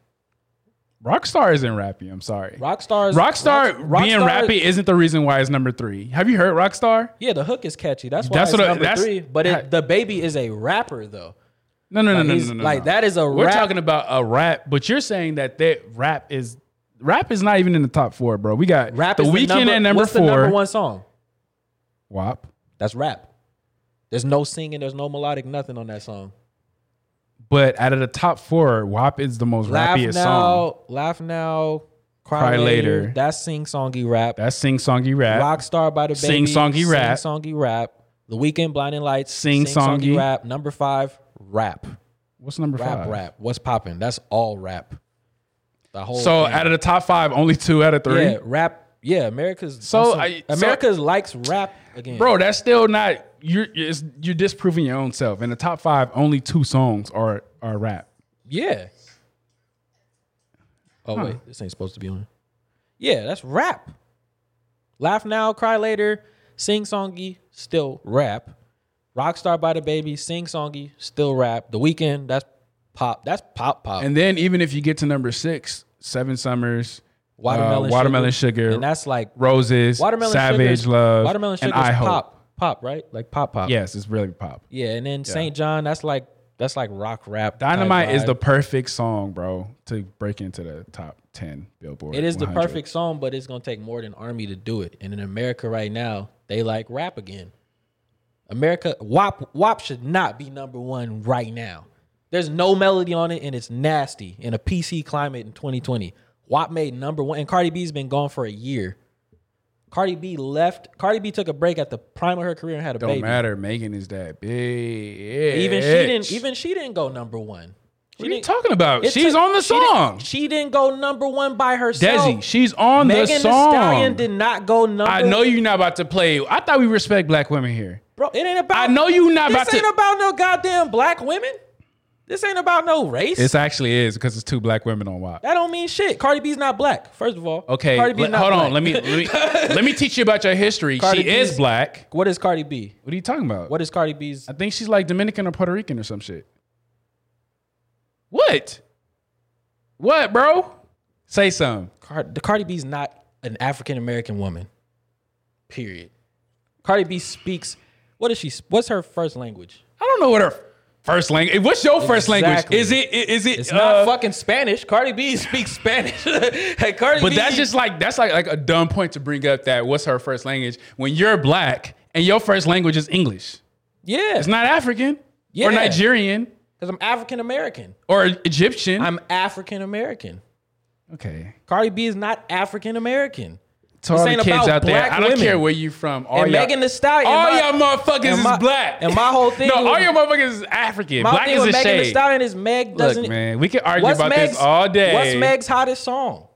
Speaker 1: Rockstar isn't rappy. I'm sorry.
Speaker 2: Rockstar's
Speaker 1: Rockstar,
Speaker 2: Rock-
Speaker 1: being
Speaker 2: Rockstar-
Speaker 1: rappy isn't the reason why it's number three. Have you heard Rockstar?
Speaker 2: Yeah, the hook is catchy. That's why
Speaker 1: That's
Speaker 2: it's
Speaker 1: what I-
Speaker 2: number
Speaker 1: that's-
Speaker 2: three. But it, the baby is a rapper though.
Speaker 1: No, no, no,
Speaker 2: Like,
Speaker 1: no, no,
Speaker 2: he's-
Speaker 1: no, no.
Speaker 2: like, that is a
Speaker 1: We're
Speaker 2: rap-
Speaker 1: talking about a rap, but you're saying that that rap is rap is not even in the top four, bro. We got
Speaker 2: Rap
Speaker 1: the
Speaker 2: is
Speaker 1: weekend
Speaker 2: the number,
Speaker 1: at number
Speaker 2: what's
Speaker 1: four.
Speaker 2: the number one song?
Speaker 1: WAP.
Speaker 2: That's rap. There's no singing. There's no melodic. Nothing on that song.
Speaker 1: But out of the top four, WAP is the most
Speaker 2: Laugh
Speaker 1: rappiest
Speaker 2: now,
Speaker 1: song.
Speaker 2: laugh now, cry,
Speaker 1: Cry
Speaker 2: later.
Speaker 1: Later.
Speaker 2: That's sing songy rap.
Speaker 1: That's sing songy rap.
Speaker 2: Rockstar by the
Speaker 1: Uh, Sing
Speaker 2: baby.
Speaker 1: songy rap.
Speaker 2: Sing songy rap. The weekend blinding lights.
Speaker 1: Sing songy.
Speaker 2: rap. Number five rap.
Speaker 1: What's number
Speaker 2: Rap
Speaker 1: five?
Speaker 2: rap. What's popping? That's all rap. The whole
Speaker 1: So
Speaker 2: thing.
Speaker 1: out of the top five, only two out of three.
Speaker 2: yeah rap yeah America's
Speaker 1: So,
Speaker 2: that's
Speaker 1: I-
Speaker 2: a-
Speaker 1: so-
Speaker 2: America's likes rap again
Speaker 1: Bro, that's still not you're it's, you're disproving your own self. In the top five, only two songs are are rap.
Speaker 2: yeah. Oh wait, this ain't supposed to be on. Yeah, that's rap. Laugh now, cry later. Sing songy, still rap. Rockstar by the baby, sing songy, still rap. The weekend, that's pop. That's pop pop.
Speaker 1: And uh, then even if you get to number six, Seven Summers,
Speaker 2: watermelon,
Speaker 1: uh, watermelon sugar,
Speaker 2: and that's like
Speaker 1: Roses,
Speaker 2: watermelon
Speaker 1: Savage
Speaker 2: Sugar's-
Speaker 1: Love,
Speaker 2: Watermelon
Speaker 1: and
Speaker 2: sugar,
Speaker 1: I Hope.
Speaker 2: pop pop right, like pop pop.
Speaker 1: Yes, it's really pop.
Speaker 2: Yeah, and then St. John, that's like that's like rock rap. type
Speaker 1: Dynamite is
Speaker 2: vibe.
Speaker 1: the perfect song, bro, to break into the top ten Billboard.
Speaker 2: it is the
Speaker 1: 100.
Speaker 2: perfect song, but it's gonna take more than Army to do it. And in America right now, they like rap again. America WAP WAP should not be number one right now. There's no melody on it, and it's nasty in a PC climate in 2020. WAP made number one, and Cardi B's been gone for a year. Cardi B left. Cardi B took a break at the prime of her career and had a
Speaker 1: Don't
Speaker 2: baby.
Speaker 1: matter. Megan is that big.
Speaker 2: Even she didn't. Even she didn't go number one. She
Speaker 1: What are you
Speaker 2: didn't-
Speaker 1: talking about?
Speaker 2: It
Speaker 1: She's
Speaker 2: took-
Speaker 1: on the
Speaker 2: she didn't-
Speaker 1: song.
Speaker 2: She didn't, go number one by herself.
Speaker 1: Desi, she's on
Speaker 2: Megan
Speaker 1: the
Speaker 2: Thee
Speaker 1: song.
Speaker 2: Stallion did not go number.
Speaker 1: I know you're not about to play. I thought we respect black women here.
Speaker 2: bro. It ain't about.
Speaker 1: I know you not
Speaker 2: This
Speaker 1: about to-
Speaker 2: ain't about no goddamn black women. This ain't about no race.
Speaker 1: This actually is because it's two black women on WAP.
Speaker 2: that don't mean shit. Cardi B's not black. First of all,
Speaker 1: Okay,
Speaker 2: Cardi B's
Speaker 1: le-
Speaker 2: not
Speaker 1: hold
Speaker 2: black.
Speaker 1: on. Let me let me, let me teach you about your history.
Speaker 2: Cardi
Speaker 1: she
Speaker 2: B's-
Speaker 1: is black.
Speaker 2: What is Cardi B?
Speaker 1: What are you talking about?
Speaker 2: What is Cardi B's?
Speaker 1: I think she's like Dominican or Puerto Rican or some shit. What? What, bro? Say something.
Speaker 2: Card, the Cardi B's not an African American woman. Period. Cardi B speaks. What is she? What's her first language?
Speaker 1: I don't know what her first language. What's your first language?
Speaker 2: Exactly.
Speaker 1: Is it is it?
Speaker 2: It's not
Speaker 1: uh,
Speaker 2: fucking Spanish. Cardi B speaks Spanish. hey, Cardi
Speaker 1: But
Speaker 2: B-
Speaker 1: that's just like that's like like a dumb point to bring up. That what's her first language when you're black and your first language is English.
Speaker 2: yeah.
Speaker 1: It's not African
Speaker 2: Yeah.
Speaker 1: or Nigerian
Speaker 2: because I'm African American.
Speaker 1: or Egyptian.
Speaker 2: I'm African American.
Speaker 1: okay.
Speaker 2: Cardi B is not African American.
Speaker 1: To all
Speaker 2: This
Speaker 1: the
Speaker 2: ain't
Speaker 1: kids
Speaker 2: about
Speaker 1: out there,
Speaker 2: black
Speaker 1: I don't
Speaker 2: women.
Speaker 1: care where you from. All
Speaker 2: And
Speaker 1: y'all-
Speaker 2: Megan Thee Stallion,
Speaker 1: Oh, all
Speaker 2: my-
Speaker 1: y'all motherfuckers
Speaker 2: and
Speaker 1: is
Speaker 2: my-
Speaker 1: black.
Speaker 2: and my whole thing
Speaker 1: No, all
Speaker 2: with-
Speaker 1: your motherfuckers is African.
Speaker 2: My
Speaker 1: black
Speaker 2: thing
Speaker 1: is a
Speaker 2: with Megan Thee
Speaker 1: shade.
Speaker 2: Stallion is Meg doesn't.
Speaker 1: Look, man, we could argue
Speaker 2: what's
Speaker 1: about
Speaker 2: Meg's-
Speaker 1: this all day.
Speaker 2: What's Meg's hottest song?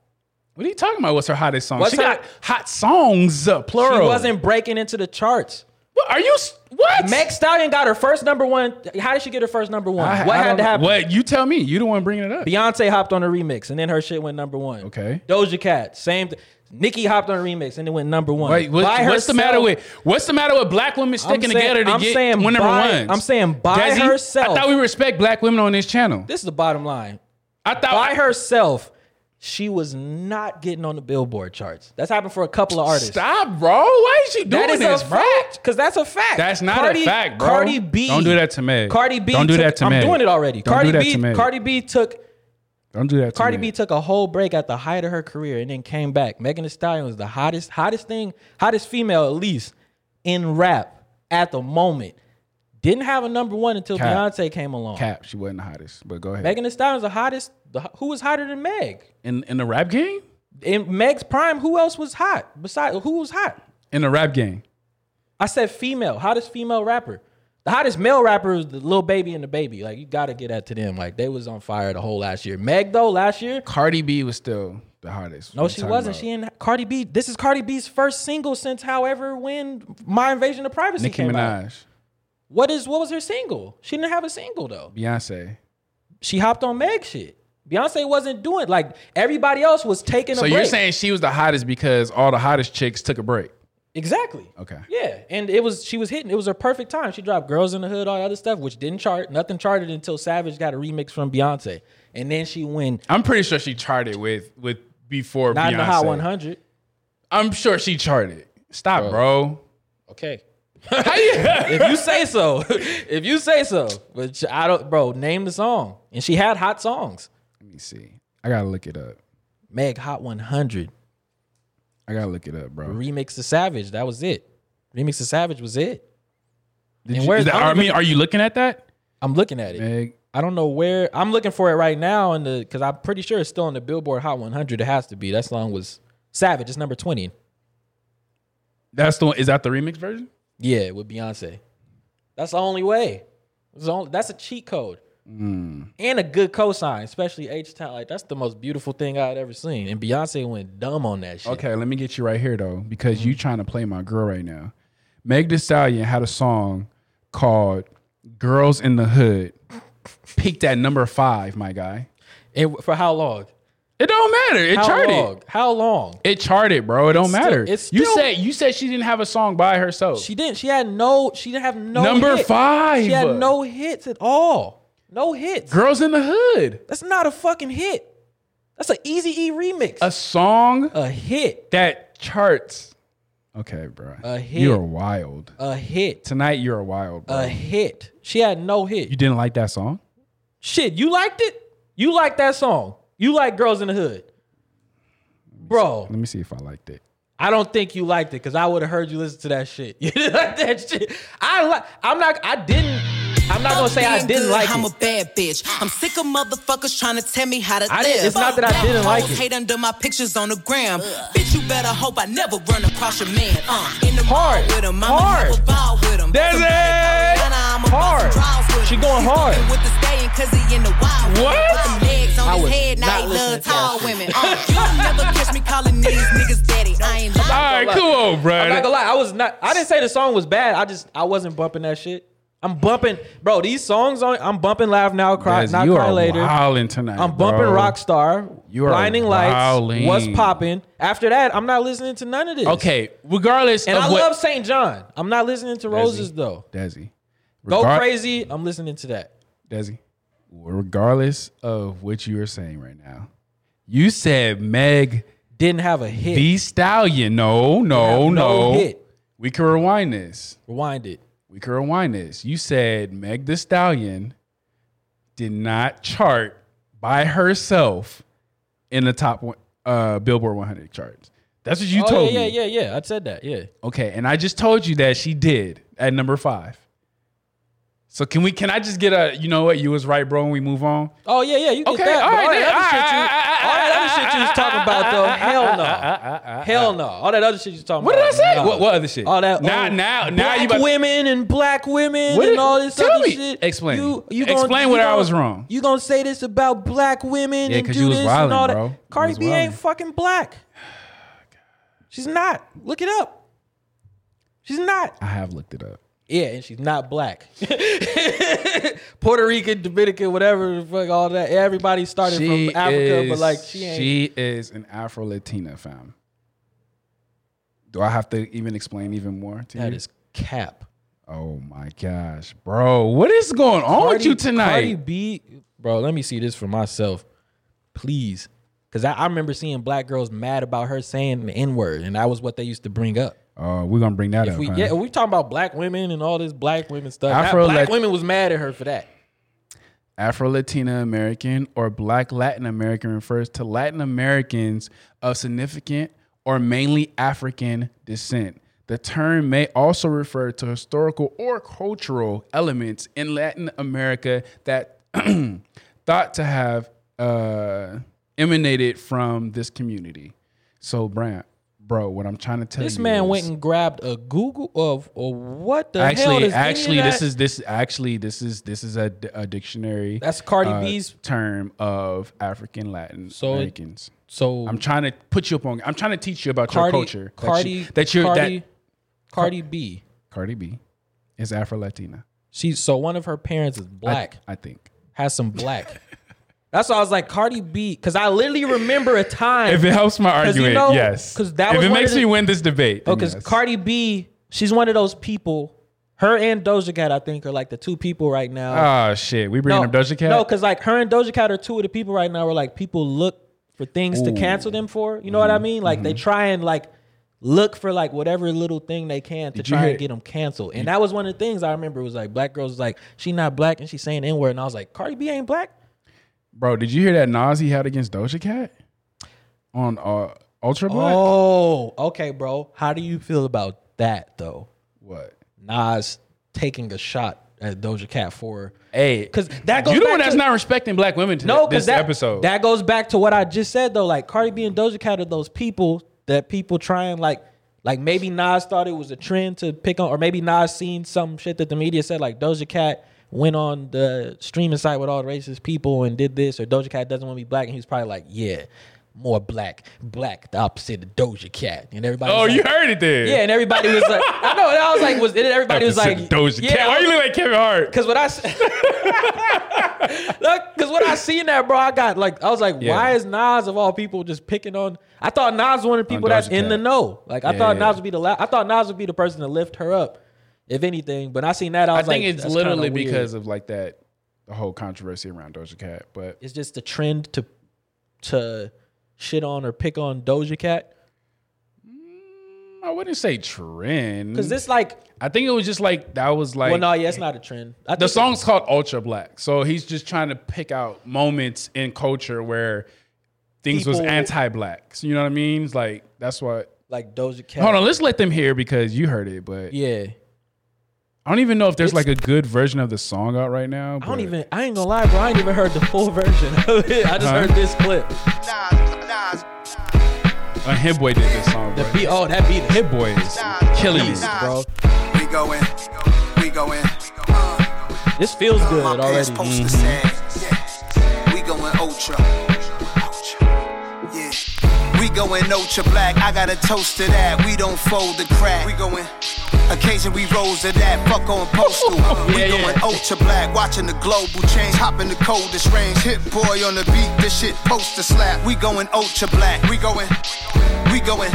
Speaker 1: What are you talking about? What's her hottest song?
Speaker 2: What's
Speaker 1: she
Speaker 2: her-
Speaker 1: got hot songs, uh,
Speaker 2: She
Speaker 1: plural.
Speaker 2: wasn't breaking into the charts.
Speaker 1: What are you? s- What?
Speaker 2: Meg Stallion got her first number one. How did she get her first number one?
Speaker 1: I-
Speaker 2: what
Speaker 1: I
Speaker 2: had
Speaker 1: don't
Speaker 2: to
Speaker 1: know.
Speaker 2: happen?
Speaker 1: What you tell me? You the one bringing it up.
Speaker 2: Beyonce hopped on a remix and then her shit went number one.
Speaker 1: Okay.
Speaker 2: Doja Cat, same. Th- Nicki hopped on a remix and it went number one.
Speaker 1: Wait, what-
Speaker 2: By
Speaker 1: what's the
Speaker 2: herself-
Speaker 1: matter with what's the matter with black women
Speaker 2: I'm
Speaker 1: sticking
Speaker 2: saying-
Speaker 1: together to
Speaker 2: I'm
Speaker 1: get
Speaker 2: saying
Speaker 1: one number
Speaker 2: by-
Speaker 1: ones?
Speaker 2: I'm saying by
Speaker 1: Desi,
Speaker 2: herself.
Speaker 1: I thought we respect black women on this channel.
Speaker 2: This is the bottom line.
Speaker 1: I thought
Speaker 2: By herself, she was not getting on the Billboard charts. That's happened for a couple of artists.
Speaker 1: Stop, bro. Why is she doing
Speaker 2: That is
Speaker 1: this,
Speaker 2: a
Speaker 1: bro?
Speaker 2: fact. Because that's a fact.
Speaker 1: That's not
Speaker 2: Cardi-
Speaker 1: a fact, bro.
Speaker 2: Cardi B.
Speaker 1: Don't do that to me.
Speaker 2: Cardi B.
Speaker 1: Don't do
Speaker 2: took-
Speaker 1: that to
Speaker 2: I'm
Speaker 1: me.
Speaker 2: doing it already.
Speaker 1: Don't
Speaker 2: Cardi
Speaker 1: do that
Speaker 2: B.
Speaker 1: to me.
Speaker 2: Cardi B took
Speaker 1: Don't do that. To
Speaker 2: Cardi
Speaker 1: me.
Speaker 2: B took a whole break at the height of her career and then came back. Megan Thee Stallion was the hottest, hottest thing, hottest female at least in rap at the moment. Didn't have a number one until
Speaker 1: Cap.
Speaker 2: Beyonce came along.
Speaker 1: cap. She wasn't the hottest, but go ahead.
Speaker 2: Megan Thee Stallion's the hottest. The, who was hotter than Meg?
Speaker 1: in in the rap game,
Speaker 2: In Meg's prime, who else was hot? Besides, who was hot?
Speaker 1: in the rap game.
Speaker 2: I said female, hottest female rapper. The hottest male rapper is the little baby and the baby. Like you gotta get that to them. Like they was on fire the whole last year. Meg though, last year,
Speaker 1: Cardi B was still the hottest.
Speaker 2: No, she wasn't. She and Cardi B. This is Cardi B's first single since however when My Invasion of Privacy
Speaker 1: Nicki
Speaker 2: came out.
Speaker 1: Minaj,
Speaker 2: What is what was her single? She didn't have a single though.
Speaker 1: Beyonce.
Speaker 2: She hopped on Meg shit. Beyonce wasn't doing like everybody else was taking a
Speaker 1: So
Speaker 2: break.
Speaker 1: you're saying she was the hottest because all the hottest chicks took a break.
Speaker 2: exactly.
Speaker 1: Okay.
Speaker 2: Yeah, and it was she was hitting. It was her perfect time. She dropped "Girls in the Hood," all that other stuff, which didn't chart. Nothing charted until Savage got a remix from Beyonce, and then she went
Speaker 1: I'm pretty sure she charted with with before
Speaker 2: not
Speaker 1: Beyonce.
Speaker 2: in the Hot 100.
Speaker 1: I'm sure she charted. Stop, bro.
Speaker 2: Okay,
Speaker 1: How you-
Speaker 2: if you say so. if you say so. But sh- I don't, bro. Name the song. And she had hot songs.
Speaker 1: Let me see. I gotta look it up.
Speaker 2: Meg Hot 100
Speaker 1: I gotta look it up, bro.
Speaker 2: remix to Savage. That was it. Remix to Savage was it.
Speaker 1: Did
Speaker 2: And
Speaker 1: you,
Speaker 2: where's-
Speaker 1: is that-
Speaker 2: I don't
Speaker 1: I mean, are you looking at that?
Speaker 2: I'm looking at it.
Speaker 1: Meg
Speaker 2: I don't know where I'm looking for it right now, and the because I'm pretty sure it's still on the Billboard Hot 100. It has to be. That song was Savage. It's number 20.
Speaker 1: That's the one. Is that the remix version?
Speaker 2: Yeah, with Beyonce. That's the only way. It's the only- that's a cheat code.
Speaker 1: Hmm.
Speaker 2: And a good cosign, especially H Town. Like that's the most beautiful thing I'd ever seen. And Beyonce went dumb on that shit.
Speaker 1: Okay, let me get you right here though, because you trying to play my girl right now. Meg Thee Stallion had a song called "Girls in the Hood," peaked at number five. My guy,
Speaker 2: And for how long?
Speaker 1: it don't matter. It
Speaker 2: How
Speaker 1: charted.
Speaker 2: long? How long?
Speaker 1: It charted, bro. It don't
Speaker 2: Still-
Speaker 1: matter.
Speaker 2: it's
Speaker 1: you
Speaker 2: still-
Speaker 1: said you said she didn't have a song by herself.
Speaker 2: She didn't. She had no. She didn't have no.
Speaker 1: Number
Speaker 2: hit.
Speaker 1: five.
Speaker 2: She had no hits at all. No hits.
Speaker 1: "Girls in the Hood,"
Speaker 2: That's not a fucking hit. That's an Easy E remix.
Speaker 1: a song
Speaker 2: a hit.
Speaker 1: that charts. Okay, bro.
Speaker 2: A hit.
Speaker 1: You're wild.
Speaker 2: A hit.
Speaker 1: Tonight you're wild, bro.
Speaker 2: A hit. She had no hit.
Speaker 1: you didn't like that song?
Speaker 2: Shit, you liked it? You liked that song. You like Girls in the Hood. Bro,
Speaker 1: Let me see if I liked it.
Speaker 2: I don't think you liked it because I would have heard you listen to that shit. You didn't like that shit. I like I'm not I didn't I'm not gonna say I
Speaker 5: Being
Speaker 2: didn't
Speaker 5: good,
Speaker 2: like
Speaker 5: I'm
Speaker 2: it.
Speaker 5: a bad bitch. I'm sick of motherfuckers trying to tell me how to
Speaker 2: I
Speaker 5: live.
Speaker 2: didn't- it's not that I
Speaker 5: Fuck
Speaker 2: didn't like
Speaker 5: hoes
Speaker 2: it.
Speaker 5: Hate under my pictures on the gram. Bitch, you better hope I never run across your man. Uh, in the
Speaker 2: Hard.
Speaker 5: mall with him,
Speaker 2: Hard.
Speaker 5: I'm ball with him.
Speaker 2: That's
Speaker 5: Somebody
Speaker 2: it.
Speaker 5: call Rihanna, I'ma bust
Speaker 2: Hard.
Speaker 5: some trials with
Speaker 2: She
Speaker 5: him.
Speaker 2: going
Speaker 5: He's
Speaker 2: hard.
Speaker 5: fucking With the staying 'cause he in the wild.
Speaker 1: What?
Speaker 5: Put them legs on
Speaker 2: I
Speaker 5: his
Speaker 2: was
Speaker 5: head, now
Speaker 2: not
Speaker 5: he
Speaker 2: listening
Speaker 5: love
Speaker 2: to that
Speaker 5: tall
Speaker 2: shit.
Speaker 5: women. Uh, you'll never catch me calling these niggas daddy. I ain't lying.
Speaker 1: All right,
Speaker 2: gonna
Speaker 1: come
Speaker 2: lie.
Speaker 1: on, bro.
Speaker 2: I'm not gonna lie, I was not I didn't say the song was bad. I just I wasn't bumping that shit. I'm bumping, bro. These songs on I'm bumping Laugh Now, Cry
Speaker 1: Guys,
Speaker 2: Not
Speaker 1: you
Speaker 2: Cry
Speaker 1: are
Speaker 2: Later.
Speaker 1: wilding tonight.
Speaker 2: I'm bumping
Speaker 1: bro.
Speaker 2: Rockstar,
Speaker 1: You are
Speaker 2: Blinding
Speaker 1: wilding.
Speaker 2: Lights, What's Popping. After that, I'm not listening to none of this.
Speaker 1: Okay, regardless
Speaker 2: And
Speaker 1: of
Speaker 2: I
Speaker 1: what,
Speaker 2: love St. John. I'm not listening to Roses, though.
Speaker 1: Desi.
Speaker 2: Go
Speaker 1: Regar-
Speaker 2: Crazy, I'm listening to that.
Speaker 1: Desi. Regardless of what you are saying right now, you said Meg
Speaker 2: Didn't have a hit.
Speaker 1: the Stallion. No,
Speaker 2: Didn't
Speaker 1: no,
Speaker 2: have
Speaker 1: no.
Speaker 2: hit.
Speaker 1: We can rewind this.
Speaker 2: Rewind it.
Speaker 1: We can rewind this. You said Meg the Stallion did not chart by herself in the top one, uh, Billboard 100 charts. That's what you
Speaker 2: oh,
Speaker 1: told
Speaker 2: yeah,
Speaker 1: me.
Speaker 2: yeah, yeah, yeah. I said that, yeah.
Speaker 1: Okay, and I just told you that she did at number five. So can we? Can I just get a? You know what? You was right, bro. And we move on.
Speaker 2: Oh, yeah, yeah, you get
Speaker 1: Okay,
Speaker 2: that.
Speaker 1: all
Speaker 2: but
Speaker 1: right,
Speaker 2: all, that
Speaker 1: then,
Speaker 2: other
Speaker 1: all
Speaker 2: shit you, all that
Speaker 1: right,
Speaker 2: other shit you was talking about, though, hell no. Hell no. All that other shit you was talking
Speaker 1: What did I
Speaker 2: about.
Speaker 1: say?
Speaker 2: no.
Speaker 1: What, what other shit?
Speaker 2: All that
Speaker 1: Now,
Speaker 2: oh,
Speaker 1: now, now
Speaker 2: black
Speaker 1: you. About,
Speaker 2: women and black women
Speaker 1: What
Speaker 2: and
Speaker 1: did-
Speaker 2: all this
Speaker 1: tell
Speaker 2: other
Speaker 1: me.
Speaker 2: shit.
Speaker 1: Explain.
Speaker 2: You, you
Speaker 1: Explain
Speaker 2: gonna,
Speaker 1: where
Speaker 2: you
Speaker 1: I
Speaker 2: gonna-
Speaker 1: was wrong.
Speaker 2: You gonna say this about black women
Speaker 1: Yeah,
Speaker 2: and
Speaker 1: 'cause
Speaker 2: do
Speaker 1: you was
Speaker 2: this
Speaker 1: wildin',
Speaker 2: and all that?
Speaker 1: bro. You
Speaker 2: Cardi
Speaker 1: was
Speaker 2: B ain't
Speaker 1: wildin'.
Speaker 2: fucking black. She's not. Look it up. She's not.
Speaker 1: I have looked it up.
Speaker 2: Yeah, and she's not black. Puerto Rican, Dominican, whatever, the fuck, all that. Everybody started from Africa, but like she ain't.
Speaker 1: she is an Afro Latina fam. Do I have to even explain even more to
Speaker 2: that
Speaker 1: you?
Speaker 2: is cap.
Speaker 1: oh my gosh, bro! What is going on with
Speaker 2: Cardi-
Speaker 1: you tonight?
Speaker 2: Cardi B, bro. Let me see this for myself, please, because I, I remember seeing black girls mad about her saying the N word, and that was what they used to bring up.
Speaker 1: Oh, we're gonna bring that
Speaker 2: If
Speaker 1: up.
Speaker 2: we
Speaker 1: huh?
Speaker 2: yeah, we talking about black women and all this black women stuff. That
Speaker 1: Afro
Speaker 2: black
Speaker 1: Lat-
Speaker 2: women was mad at her for that.
Speaker 1: Afro Latina American or Black Latin American refers to Latin Americans of significant or mainly African descent. The term may also refer to historical or cultural elements in Latin America that thought to have uh, emanated from this community. So, Brant, bro, what I'm trying to tell
Speaker 2: This
Speaker 1: you
Speaker 2: man
Speaker 1: is-
Speaker 2: went and grabbed a Google of or what the hell?
Speaker 1: actually
Speaker 2: is any of
Speaker 1: actually this
Speaker 2: that?
Speaker 1: is this actually this is this is a, a dictionary
Speaker 2: That's Cardi
Speaker 1: uh,
Speaker 2: B's-
Speaker 1: term of african latin
Speaker 2: So it-
Speaker 1: americans
Speaker 2: so
Speaker 1: i'm trying to put you up on i'm trying to teach you about
Speaker 2: Cardi,
Speaker 1: your culture that
Speaker 2: Cardi,
Speaker 1: you, that you're
Speaker 2: Cardi,
Speaker 1: that
Speaker 2: Cardi B.
Speaker 1: cardi b is afro-latina
Speaker 2: She's so one of her parents is
Speaker 1: I-
Speaker 2: black.
Speaker 1: i, think
Speaker 2: has some black. That's why I was like Cardi B, because I literally remember a time.
Speaker 1: if it helps my
Speaker 2: 'Cause you
Speaker 1: argument
Speaker 2: know-
Speaker 1: yes
Speaker 2: 'cause that
Speaker 1: if
Speaker 2: was
Speaker 1: it
Speaker 2: one of
Speaker 1: makes
Speaker 2: the-
Speaker 1: me win this debate then
Speaker 2: because
Speaker 1: yes.
Speaker 2: Cardi B, she's one of those people. Her and Doja Cat, I think, are like the two people right now.
Speaker 1: oh shit we bringing up doja cat
Speaker 2: No, because like her and Doja Cat are two of the people right now where like people look for things to
Speaker 1: Ooh. Mm-hmm.
Speaker 2: cancel them for. You know what I mean? Like they try and like look for like whatever little thing they can to
Speaker 1: Did you
Speaker 2: try
Speaker 1: hear-
Speaker 2: and get them canceled. And that was one of the things I remember was like black girls was like she not black and she's saying n word and I was like Cardi B ain't black.
Speaker 1: bro did you hear that nas he had against doja cat on uh ultra black
Speaker 2: Oh, okay, bro. How do you feel about that though?
Speaker 1: what
Speaker 2: Nas taking a shot as Doja Cat for.
Speaker 1: Hey,
Speaker 2: 'Cause that goes
Speaker 1: you the
Speaker 2: back
Speaker 1: one that's
Speaker 2: to-
Speaker 1: not respecting black women to
Speaker 2: No,
Speaker 1: this
Speaker 2: because that
Speaker 1: episode.
Speaker 2: that goes back to what I just said though. Like Cardi B and Doja Cat are those people that people try and like, like maybe Nas thought it was a trend to pick on, or maybe Nas seen some shit that the media said like Doja Cat went on the streaming site with all racist people and did this, or Doja Cat doesn't want to be black, and he was probably like, yeah, more black, black, the opposite of Doja Cat, and everybody.
Speaker 1: oh,
Speaker 2: was
Speaker 1: you
Speaker 2: like-
Speaker 1: heard it there.
Speaker 2: Yeah, and everybody was like, I know. And I was like, was and everybody was like,
Speaker 1: Doja
Speaker 2: yeah,
Speaker 1: Cat. Why
Speaker 2: I
Speaker 1: you
Speaker 2: was-
Speaker 1: look like Kevin Hart?
Speaker 2: Cause what I s- look, cause what I seen that, bro, I got like, I was like,
Speaker 1: Yeah.
Speaker 2: why is Nas of all people just picking on? I thought Nas was one of the people
Speaker 1: On
Speaker 2: that's
Speaker 1: Doja
Speaker 2: in
Speaker 1: Cat.
Speaker 2: the know. Like, I thought
Speaker 1: yeah.
Speaker 2: Nas would be the la- I thought Nas would be the person to lift her up, if anything. But I seen that, I
Speaker 1: I
Speaker 2: was
Speaker 1: think
Speaker 2: like,
Speaker 1: it's
Speaker 2: that's
Speaker 1: literally
Speaker 2: kinda weird.
Speaker 1: because of like that the whole controversy around Doja Cat. But
Speaker 2: it's just the trend to to shit on or pick on Doja Cat.
Speaker 1: I wouldn't say trend.
Speaker 2: Cause this like,
Speaker 1: I think it was just like that was like
Speaker 2: well, no, yeah, it's not a trend. I
Speaker 1: the
Speaker 2: think-
Speaker 1: song's called Ultra Black. So he's just trying to pick out moments in culture where things was
Speaker 2: People-
Speaker 1: anti-black. So you know what I mean? It's like that's what.
Speaker 2: like Doja Cat.
Speaker 1: Hold on, let's let them hear because you heard it, but
Speaker 2: yeah.
Speaker 1: I don't even know if there's like a good version of the song out right now.
Speaker 2: I don't
Speaker 1: but-
Speaker 2: even. I ain't gonna lie, bro. I ain't even heard the full version of it. I just
Speaker 1: Huh?
Speaker 2: heard this clip.
Speaker 1: Uh, Hit Boy did this song,
Speaker 2: The
Speaker 1: bro.
Speaker 2: beat. Oh, that beat. Hip,
Speaker 1: Hit Boy is killing it,
Speaker 2: bro.
Speaker 6: We go in, we go in.
Speaker 2: This feels good
Speaker 6: My
Speaker 2: already.
Speaker 6: pants
Speaker 2: Mm.
Speaker 6: poster said, yeah, we going ultra. ultra. Yeah. We going ultra black. I got a toast to that. We don't fold the crack. We going. Occasion we rolls to that. Fuck on postal. we
Speaker 2: Yeah,
Speaker 6: going
Speaker 2: yeah.
Speaker 6: ultra black. Watching the global change. Hopping the coldest range. Hit boy on the beat. This shit poster slap. We going ultra black. We going. We going.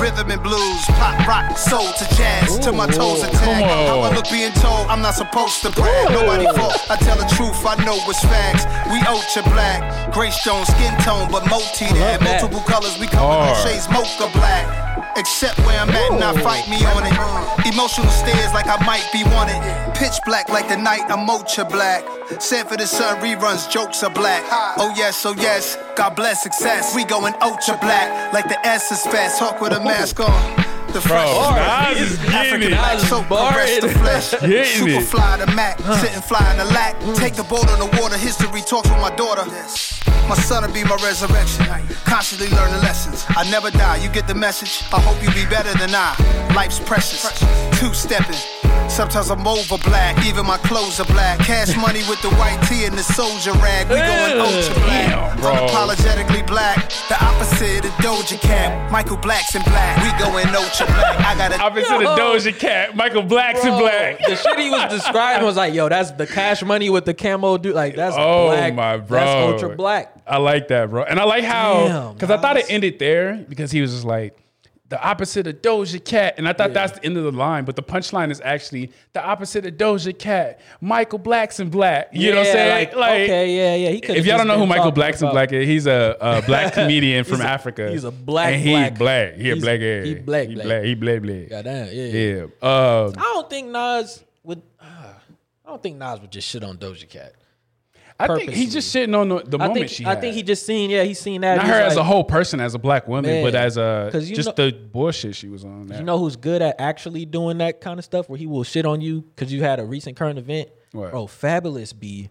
Speaker 6: Rhythm and blues, pop, rock, soul to jazz, till my toes are
Speaker 1: come
Speaker 6: tagged. How I
Speaker 1: on.
Speaker 6: look being told I'm not supposed to brag. Nobody fault. I tell the truth, I know it's facts. We ultra black, gray stone, skin tone, but multi that.
Speaker 2: that.
Speaker 6: Multiple colors, we cover
Speaker 1: Hard.
Speaker 6: all shades, mocha black. Except where I'm at, not fight me on it. Emotional stares like I might be wanted. Pitch black like the night I'm ultra black. Sent for the sun reruns, jokes are black. Oh yes, oh yes, God bless success. We going ultra black like the S is fast. Hawk with a mask on. The fresh
Speaker 1: bro. Nas is
Speaker 6: African
Speaker 1: getting it.
Speaker 6: black soap, caress the
Speaker 2: Barring.
Speaker 6: flesh.
Speaker 1: Getting it.
Speaker 6: Super fly to Mac, sitting fly in the lack. Take the boat on the water, history talks with my daughter. My son'll be my resurrection. Constantly learning lessons. I never die, you get the message. I hope you be better than I. Life's precious. Two stepping. Sometimes I'm over black, even my clothes are black. Cash money with the white tee and the soldier rag. We going
Speaker 2: Ew.
Speaker 6: ultra black.
Speaker 1: Damn, bro.
Speaker 6: Unapologetically black. The opposite of Doja Cat. Michael Black's in black. We going ultra black. I got a
Speaker 1: I've been to the
Speaker 2: Yo.
Speaker 1: Doja Cat, Michael Black's in
Speaker 2: Bro,
Speaker 1: black.
Speaker 2: The shit he was describing was like, yo, that's the cash money with the camo dude. Like that's
Speaker 1: Oh
Speaker 2: black.
Speaker 1: my bro,
Speaker 2: That's ultra black.
Speaker 1: I like that, bro, and I like how
Speaker 2: Damn,
Speaker 1: because I thought it
Speaker 2: Nas.
Speaker 1: ended there because he was just like the opposite of Doja Cat, and I thought that's the end of the line, but the punchline is actually the opposite of Doja Cat, Michael Black's in black. You know what I'm saying?
Speaker 2: Like, okay, yeah, yeah. He could've
Speaker 1: If y'all
Speaker 2: just
Speaker 1: don't know
Speaker 2: been
Speaker 1: who Michael
Speaker 2: talking
Speaker 1: Blackson
Speaker 2: about-
Speaker 1: Black is, he's a, a black comedian from
Speaker 2: He's a-
Speaker 1: Africa.
Speaker 2: he's a black
Speaker 1: and he
Speaker 2: black.
Speaker 1: black. He a
Speaker 2: He's-
Speaker 1: black ass.
Speaker 2: he black
Speaker 1: He
Speaker 2: black.
Speaker 1: black. He black black.
Speaker 2: Goddamn, yeah, yeah.
Speaker 1: Yeah. Um,
Speaker 2: I don't think Nas would. ah, I don't think Nas would just shit on Doja Cat.
Speaker 1: I think he's just shitting on the, the
Speaker 2: I
Speaker 1: moment
Speaker 2: think
Speaker 1: she.
Speaker 2: I
Speaker 1: had.
Speaker 2: think he just seen. Yeah, he seen that.
Speaker 1: Not
Speaker 2: He
Speaker 1: her
Speaker 2: was
Speaker 1: as a
Speaker 2: like,
Speaker 1: whole person, as a black woman,
Speaker 2: Man,
Speaker 1: but as a
Speaker 2: 'cause you
Speaker 1: just
Speaker 2: know-
Speaker 1: the bullshit she was on. That.
Speaker 2: You know who's good at actually doing that kind of stuff where he will shit on you because you had a recent current event?
Speaker 1: What?
Speaker 2: Oh, Fabulous B.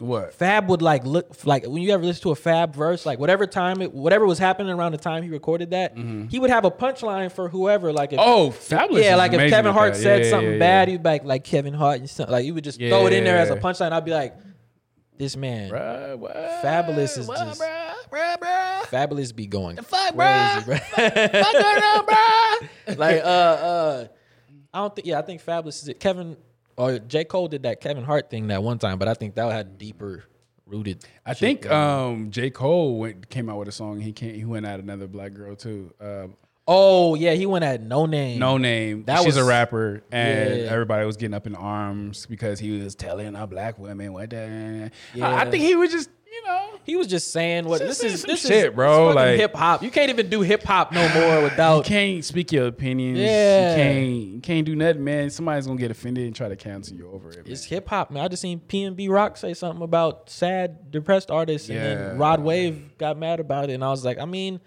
Speaker 1: what?
Speaker 2: Fab would like look like when you ever listen to a Fab verse, like whatever time it, whatever was happening around the time he recorded that, he would have a punchline for whoever. Like, if,
Speaker 1: Mm-hmm. Oh, fabulous!
Speaker 2: yeah,
Speaker 1: is
Speaker 2: like if
Speaker 1: amazing
Speaker 2: Kevin
Speaker 1: at
Speaker 2: Hart
Speaker 1: that.
Speaker 2: said
Speaker 1: Yeah,
Speaker 2: something
Speaker 1: yeah,
Speaker 2: bad,
Speaker 1: yeah.
Speaker 2: he'd be like, like Kevin Hart and something. Like, you would just throw it in there as a
Speaker 1: Yeah.
Speaker 2: punchline. I'd be like, this man,
Speaker 1: Bruh, Uh, what?
Speaker 2: Fabulous is
Speaker 1: What,
Speaker 2: just-
Speaker 1: bruh? Bruh, bruh?
Speaker 2: Fabulous be going
Speaker 1: fuck,
Speaker 2: crazy, bruh.
Speaker 1: Fuck around, bruh.
Speaker 2: like uh uh I don't think yeah, I think Fabulous is it. Kevin or J. Cole did that Kevin Hart thing that one time, but I think that had deeper rooted.
Speaker 1: I
Speaker 2: shit
Speaker 1: think
Speaker 2: going on.
Speaker 1: um, J Cole went, came out with a song. He can't. He went at another black girl too. Uh,
Speaker 2: Oh yeah, he went at no name.
Speaker 1: no name.
Speaker 2: That
Speaker 1: She's a
Speaker 2: was-
Speaker 1: rapper, and
Speaker 2: Yeah.
Speaker 1: everybody was getting up in arms because he was telling a black woman what. The, I, I
Speaker 2: Yeah.
Speaker 1: think he was just, you know,
Speaker 2: He was just saying what
Speaker 1: Just
Speaker 2: this is
Speaker 1: saying some
Speaker 2: this
Speaker 1: shit,
Speaker 2: is
Speaker 1: bro, like-
Speaker 2: hip hop. You can't even do hip hop no more without
Speaker 1: You can't speak your opinions.
Speaker 2: Yeah.
Speaker 1: You can't you can't do nothing, man. Somebody's gonna get offended and try to cancel you over it. man.
Speaker 2: it's hip hop, man. I just seen P and B Rock say something about sad, depressed artists, and then
Speaker 1: Yeah.
Speaker 2: Rod Wave got mad about it, and I was like, I mean,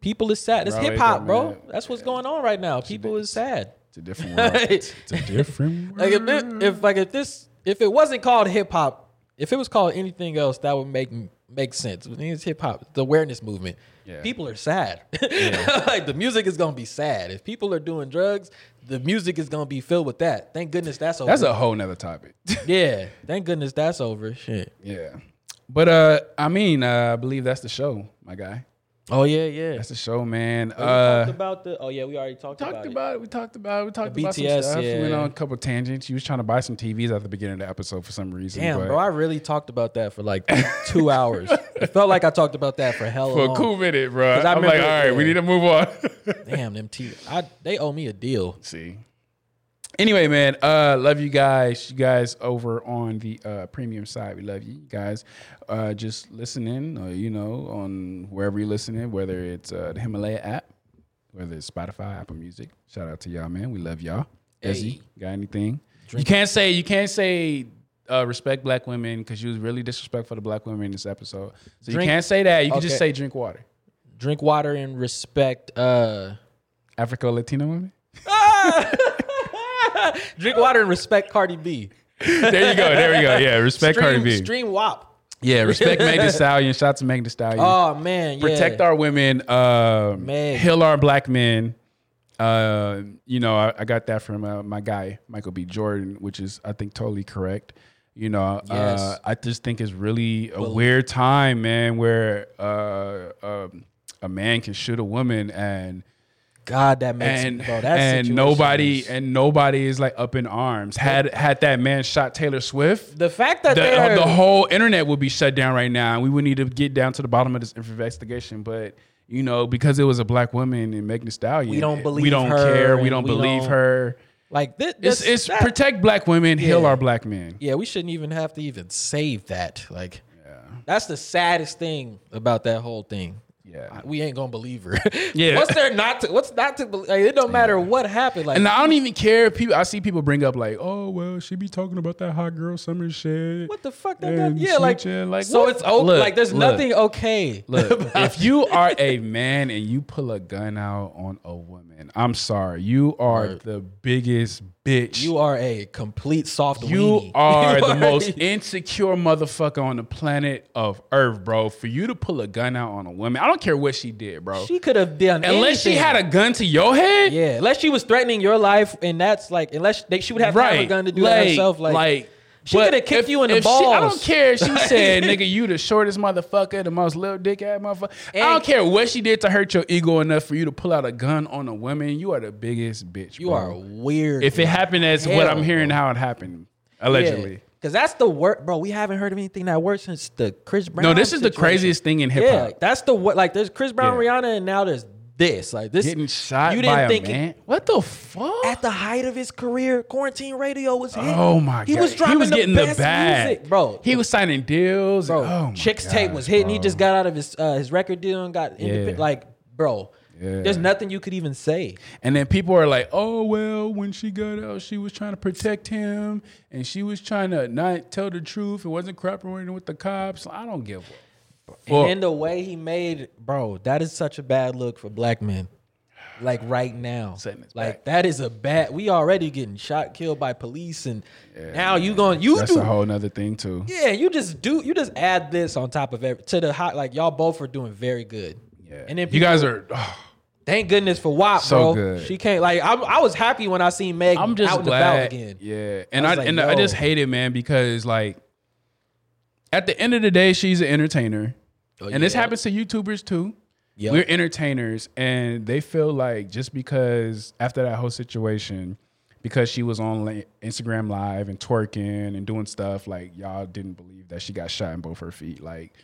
Speaker 2: people is sad. It's
Speaker 1: Rod Wave
Speaker 2: hip hop,
Speaker 1: got
Speaker 2: bro.
Speaker 1: mad.
Speaker 2: That's what's going on right now. People is sad.
Speaker 1: It's a different world. it's a different world.
Speaker 2: Like if it, if like if this if it wasn't called hip hop, if it was called anything else, that would make make sense. When It's hip hop, the awareness movement.
Speaker 1: Yeah.
Speaker 2: People are sad. like the music is gonna be sad. If people are doing drugs, the music is gonna be filled with that. Thank goodness that's over.
Speaker 1: That's a whole nother topic.
Speaker 2: yeah. Thank goodness that's over. Shit.
Speaker 1: yeah. But uh, I mean, uh, I believe that's the show, my guy.
Speaker 2: Oh yeah, yeah.
Speaker 1: That's the show, man.
Speaker 2: talked
Speaker 1: Uh,
Speaker 2: about the. Oh yeah, we already talked,
Speaker 1: talked
Speaker 2: about, it.
Speaker 1: about it. We talked about it. We talked
Speaker 2: The
Speaker 1: about
Speaker 2: BTS,
Speaker 1: some stuff. We went
Speaker 2: yeah.
Speaker 1: on a couple tangents. You was trying to buy some TVs at the beginning of the episode for some reason.
Speaker 2: Damn,
Speaker 1: but
Speaker 2: bro, I really talked about that for like two hours. It felt like I talked about that for hell
Speaker 1: for a
Speaker 2: long.
Speaker 1: cool minute, bro.
Speaker 2: Oh. 'Cause I
Speaker 1: I'm like, all
Speaker 2: remember-
Speaker 1: right, we
Speaker 2: yeah.
Speaker 1: need to move on.
Speaker 2: Damn, them T. I, they owe me a deal.
Speaker 1: See. Anyway, man, uh, love you guys. You guys over on the uh, premium side, we love you You guys. Uh, just listening, uh, you know, on wherever you're listening, whether it's uh, the Himalaya app, whether it's Spotify, Apple Music. Shout out to y'all, man. We love y'all. Ezzy, got anything? You can't say you can't say uh, respect black women because you was really disrespectful to black women in this episode. So you
Speaker 2: Drink-
Speaker 1: can't say that. You can just
Speaker 2: Okay.
Speaker 1: say drink water.
Speaker 2: Drink water and respect. Uh,
Speaker 1: Africa Latino women.
Speaker 2: drink water and respect Cardi B.
Speaker 1: There you go. There we go. Yeah, respect
Speaker 2: stream,
Speaker 1: Cardi B.
Speaker 2: Stream WAP.
Speaker 1: Yeah, respect Meg Thee Stallion. Shout out to Meg Thee Stallion.
Speaker 2: Oh man, yeah.
Speaker 1: Protect our women. Um,
Speaker 2: Meg.
Speaker 1: Heal our black men. Uh, you know, I, I got that from uh, my guy Michael B. Jordan, which is I think totally correct. You know, uh,
Speaker 2: Yes.
Speaker 1: I just think it's really a weird time, man, where uh, um, a man can shoot a woman and
Speaker 2: God. That makes
Speaker 1: and
Speaker 2: bro, that
Speaker 1: and
Speaker 2: situation
Speaker 1: nobody
Speaker 2: is-
Speaker 1: and nobody is like up in arms. Had had that man shot Taylor Swift,
Speaker 2: the fact that they
Speaker 1: the, uh,
Speaker 2: are,
Speaker 1: the whole internet would be shut down right now. and We would need to get down to the bottom of this investigation, but you know, because it was a black woman and Megan Thee Stallion,
Speaker 2: We don't
Speaker 1: it- We
Speaker 2: believe
Speaker 1: don't
Speaker 2: her
Speaker 1: care. We
Speaker 2: and
Speaker 1: don't
Speaker 2: we
Speaker 1: believe
Speaker 2: don't-
Speaker 1: her.
Speaker 2: like this.
Speaker 1: It's
Speaker 2: this-
Speaker 1: it's
Speaker 2: that-
Speaker 1: protect black women, heal
Speaker 2: Yeah.
Speaker 1: our black men.
Speaker 2: Yeah, we shouldn't even have to even save that. Like, that's the saddest thing about that whole thing.
Speaker 1: Yeah.
Speaker 2: we ain't gonna believe her.
Speaker 1: Yeah.
Speaker 2: what's there not to? What's not to? bel- Like, it don't matter what happened. Like,
Speaker 1: And I don't even care if people. I see people bring up like, "Oh well, she be talking about that hot girl summer shit."
Speaker 2: what the fuck? That got,
Speaker 1: And
Speaker 2: yeah, like,
Speaker 1: snitching, like,
Speaker 2: so
Speaker 1: what?
Speaker 2: it's okay.
Speaker 1: Look,
Speaker 2: like, there's
Speaker 1: look.
Speaker 2: nothing okay.
Speaker 1: Look, if you are a man and you pull a gun out on a woman, I'm sorry, you are the biggest bitch.
Speaker 2: you are a complete soft.
Speaker 1: You
Speaker 2: weenie.
Speaker 1: are
Speaker 2: You
Speaker 1: the most insecure motherfucker on the planet of Earth, bro. For you to pull a gun out on a woman, I don't care what she did, bro.
Speaker 2: She could have done
Speaker 1: unless she
Speaker 2: anything.
Speaker 1: had a gun to your head,
Speaker 2: Yeah, unless she was threatening your life, and that's like, unless they, she would have, to have
Speaker 1: right?
Speaker 2: a gun to do
Speaker 1: like,
Speaker 2: that herself. Like, she
Speaker 1: but
Speaker 2: coulda kicked
Speaker 1: if-
Speaker 2: you in the
Speaker 1: if she- I don't
Speaker 2: balls.
Speaker 1: care. if She
Speaker 2: Like-
Speaker 1: said, "Nigga, you the shortest motherfucker, the most little dick ass motherfucker." I don't
Speaker 2: And-
Speaker 1: care what she did to hurt your ego enough for you to pull out a gun on a woman. You are the biggest bitch.
Speaker 2: you
Speaker 1: bro.
Speaker 2: are weird.
Speaker 1: If it happened as what
Speaker 2: hell,
Speaker 1: I'm hearing, how it happened, allegedly.
Speaker 2: Because that's the worst, bro. We haven't heard of anything that worse since the Chris Brown.
Speaker 1: No, this is the
Speaker 2: situation.
Speaker 1: craziest thing in hip
Speaker 2: Yeah,
Speaker 1: hop.
Speaker 2: that's the what. Like, there's Chris Brown,
Speaker 1: Yeah.
Speaker 2: Rihanna, and now there's this. Like, this
Speaker 1: getting shot
Speaker 2: You didn't
Speaker 1: by
Speaker 2: think
Speaker 1: a
Speaker 2: it-
Speaker 1: man. what the fuck?
Speaker 2: at the height of his career, quarantine radio was hit.
Speaker 1: oh my god,
Speaker 2: he was dropping the
Speaker 1: getting
Speaker 2: best
Speaker 1: bag.
Speaker 2: music, bro.
Speaker 1: He was signing deals,
Speaker 2: bro.
Speaker 1: Oh my
Speaker 2: Chicks
Speaker 1: gosh,
Speaker 2: tape was hitting. He
Speaker 1: bro.
Speaker 2: just got out of his uh, his record deal and got independent.
Speaker 1: Yeah.
Speaker 2: Like, bro,
Speaker 1: Yeah.
Speaker 2: there's nothing you could even say.
Speaker 1: And then people are like, "Oh well, when she got out, she was trying to protect him, and she was trying to not tell the truth. It wasn't cooperating with the cops. I don't give a fuck.
Speaker 2: and the way he made, bro, that is such a bad look for black men. Like right now,
Speaker 1: Setting us
Speaker 2: like
Speaker 1: back.
Speaker 2: that is a bad. We already getting shot, killed by police, and now you going you
Speaker 1: That's
Speaker 2: do
Speaker 1: a whole nother thing too.
Speaker 2: yeah. You just do you just add this on top of every to the hot like y'all both are doing very good. Yeah, and then
Speaker 1: you guys are. oh,
Speaker 2: thank goodness for WAP, bro.
Speaker 1: So good.
Speaker 2: She can't like I, I was happy when I seen Meg
Speaker 1: I'm just
Speaker 2: out
Speaker 1: glad.
Speaker 2: and about again.
Speaker 1: Yeah, and I,
Speaker 2: was like,
Speaker 1: and I just
Speaker 2: yo.
Speaker 1: hate it, man, because like at the end of the day, she's an entertainer, and this
Speaker 2: Oh, yeah.
Speaker 1: happens to YouTubers too.
Speaker 2: Yep.
Speaker 1: We're entertainers, and they feel like just because after that whole situation, because she was on li- Instagram Live and twerking and doing stuff, like y'all didn't believe that she got shot in both her feet, like.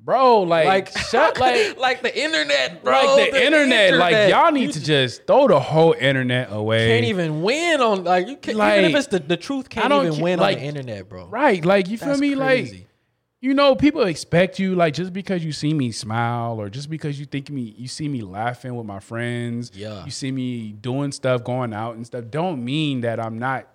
Speaker 1: Bro, like,
Speaker 2: Like-
Speaker 1: shut, like
Speaker 2: like the internet, bro.
Speaker 1: like the, internet, like y'all
Speaker 2: You
Speaker 1: need to just throw the whole internet away.
Speaker 2: can't even win on like you can't
Speaker 1: Like,
Speaker 2: even if it's the, the truth can't
Speaker 1: don't
Speaker 2: even
Speaker 1: ca-
Speaker 2: win
Speaker 1: like,
Speaker 2: on the internet, bro.
Speaker 1: Right. Like, you feel
Speaker 2: That's
Speaker 1: me? Like,
Speaker 2: crazy.
Speaker 1: you know, people expect you, like, just because you see me smile or just because you think me, you see me laughing with my friends,
Speaker 2: Yeah.
Speaker 1: you see me doing stuff, going out and stuff, don't mean that I'm not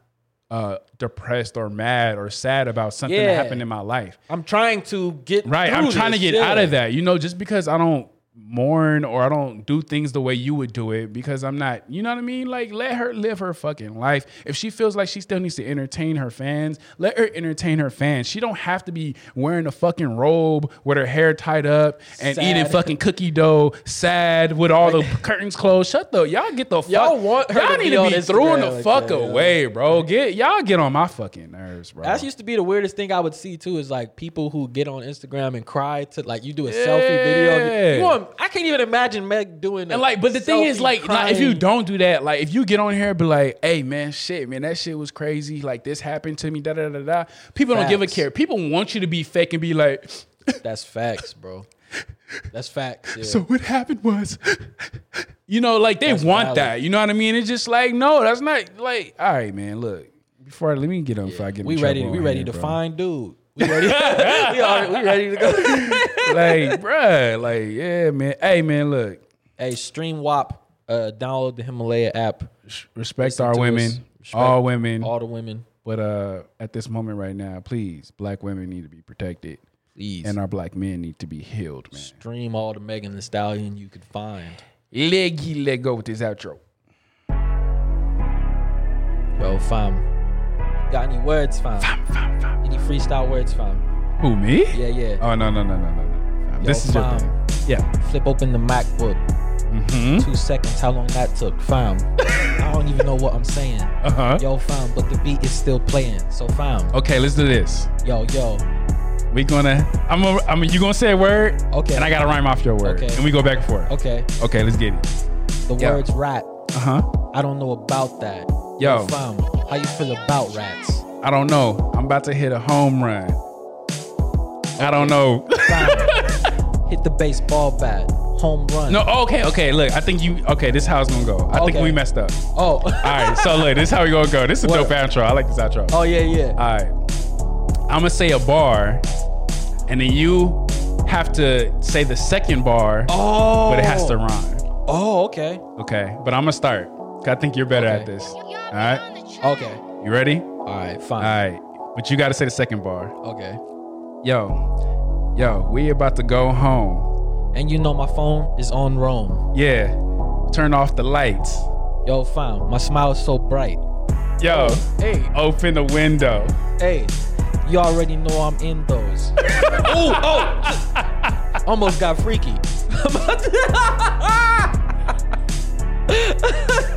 Speaker 1: uh, depressed or mad or sad about something that
Speaker 2: Yeah.
Speaker 1: happened in my life.
Speaker 2: I'm trying to get
Speaker 1: Right. I'm
Speaker 2: through
Speaker 1: trying to
Speaker 2: this,
Speaker 1: get
Speaker 2: yeah.
Speaker 1: out of that. You know, just because I don't mourn or I don't do things the way you would do it because I'm not, you know what I mean? Like let her live her fucking life. If she feels like she still needs to entertain her fans, let her entertain her fans. She don't have to be wearing a fucking robe with her hair tied up and
Speaker 2: Sad.
Speaker 1: eating fucking cookie dough, sad with all the curtains closed. Shut the y'all get the fuck
Speaker 2: Y'all want her
Speaker 1: y'all
Speaker 2: to
Speaker 1: need
Speaker 2: be
Speaker 1: to
Speaker 2: on
Speaker 1: be
Speaker 2: Instagram
Speaker 1: throwing the
Speaker 2: like
Speaker 1: fuck
Speaker 2: that, yeah.
Speaker 1: away, bro. Get y'all get on my fucking nerves, bro.
Speaker 2: That used to be the weirdest thing I would see too is like people who get on Instagram and cry to like you do a selfie video. of
Speaker 1: Yeah.
Speaker 2: you. You want, I can't even imagine Meg doing that.
Speaker 1: And like, but the thing is, like, like, if you don't do that, like, if you get on here and be like, "Hey, man, shit, man, that shit was crazy. Like, this happened to me. Da da da da." People don't give a
Speaker 2: Facts.
Speaker 1: care. People want you to be fake and be like,
Speaker 2: that's facts, bro. That's facts. Yeah.
Speaker 1: "So what happened was," you know, like they
Speaker 2: That's
Speaker 1: want
Speaker 2: valid.
Speaker 1: that. You know what I mean? It's just like, no, that's not like. All right, man, look. Before I, let me get on. Before I get in
Speaker 2: we ready.
Speaker 1: trouble
Speaker 2: We
Speaker 1: on
Speaker 2: ready
Speaker 1: here,
Speaker 2: to
Speaker 1: bro.
Speaker 2: find dude. We ready. we, already, we ready to go.
Speaker 1: like, bruh, like, yeah, man. Hey, man, look.
Speaker 2: hey, stream WAP. Uh, download the Himalaya app.
Speaker 1: Respect
Speaker 2: Listen
Speaker 1: our
Speaker 2: to us.
Speaker 1: women,
Speaker 2: Respect
Speaker 1: all women,
Speaker 2: All the women,
Speaker 1: But uh, at this moment right now, please, black women need to be protected,
Speaker 2: please.
Speaker 1: and our black men need to be healed, man.
Speaker 2: stream all the Megan Thee Stallion you could find.
Speaker 1: Leggy, let go with this outro.
Speaker 2: Yo, fam. Got any words, fam? Any freestyle words, fam?
Speaker 1: Who me?
Speaker 2: Yeah, yeah.
Speaker 1: Oh no no no no no no.
Speaker 2: Yo,
Speaker 1: this is your
Speaker 2: fam.
Speaker 1: thing. Yeah. Mm-hmm.
Speaker 2: Flip open the MacBook. Two seconds. How long that took, fam? I don't even know what I'm saying.
Speaker 1: Uh huh.
Speaker 2: Yo, fam, but the beat is still playing. So, fam.
Speaker 1: Okay, let's do this.
Speaker 2: Yo, yo.
Speaker 1: We gonna. I'm. A, I'm. A, you gonna say a word?
Speaker 2: Okay.
Speaker 1: And I gotta rhyme off your word.
Speaker 2: Okay.
Speaker 1: And we go back and forth.
Speaker 2: Okay.
Speaker 1: Okay. Let's get it.
Speaker 2: The
Speaker 1: Yeah.
Speaker 2: words rat.
Speaker 1: Uh huh.
Speaker 2: I don't know about that.
Speaker 1: Yo.
Speaker 2: fam. How you feel about rats?
Speaker 1: I don't know. I'm about to hit a home run. I don't know.
Speaker 2: Fam. Hit the baseball bat. Home run.
Speaker 1: no. Okay. Okay. Look. I think you. Okay. This is how it's gonna go. I think
Speaker 2: Okay.
Speaker 1: we messed up.
Speaker 2: Oh.
Speaker 1: All right, so look, this is how we gonna go. This is a
Speaker 2: What?
Speaker 1: dope outro. I like this outro.
Speaker 2: oh, yeah, yeah.
Speaker 1: All right, I'm gonna say a bar, and then you have to say the second bar,
Speaker 2: oh.
Speaker 1: but it has to rhyme.
Speaker 2: Oh, okay.
Speaker 1: Okay, but I'm gonna start. 'cause I think you're better at
Speaker 2: Okay.
Speaker 1: this. All right,
Speaker 2: Okay.
Speaker 1: you ready?
Speaker 2: All
Speaker 1: All
Speaker 2: right, fine.
Speaker 1: right, but you gotta say the second bar.
Speaker 2: Okay.
Speaker 1: Yo, yo, we about to go home.
Speaker 2: And you know my phone is on roam.
Speaker 1: Yeah, turn off the lights.
Speaker 2: Yo, fam, my smile is so bright.
Speaker 1: Yo,
Speaker 2: Hey,
Speaker 1: open the window.
Speaker 2: hey, you already know I'm in those. oh, oh, almost got freaky.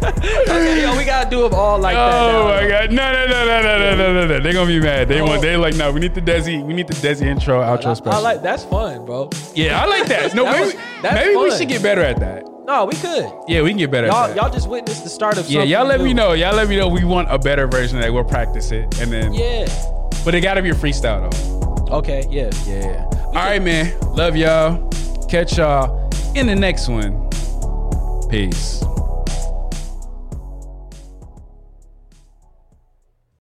Speaker 2: okay, yo, we gotta do them all like that.
Speaker 1: Oh
Speaker 2: now,
Speaker 1: my
Speaker 2: though.
Speaker 1: god! No, no, no, no, no, no, no, no, no! They're gonna be mad. They want. They like, no. We need the Desi. We need the Desi intro, outro
Speaker 2: I,
Speaker 1: special.
Speaker 2: I like that's fun, bro.
Speaker 1: Yeah, I like that. No,
Speaker 2: That
Speaker 1: maybe,
Speaker 2: was- that's
Speaker 1: maybe we
Speaker 2: fun.
Speaker 1: should get better at that.
Speaker 2: No, we could.
Speaker 1: Yeah, we can get better. at
Speaker 2: Y'all,
Speaker 1: that.
Speaker 2: y'all just witnessed the start of
Speaker 1: yeah,
Speaker 2: something
Speaker 1: y'all let
Speaker 2: new.
Speaker 1: me know. Y'all let me know. We want a better version of that. We'll practice it, and then.
Speaker 2: Yeah.
Speaker 1: But it gotta be a freestyle though.
Speaker 2: Okay. Yeah.
Speaker 1: Yeah. All right, man. Love y'all. Catch y'all in the next one. Peace.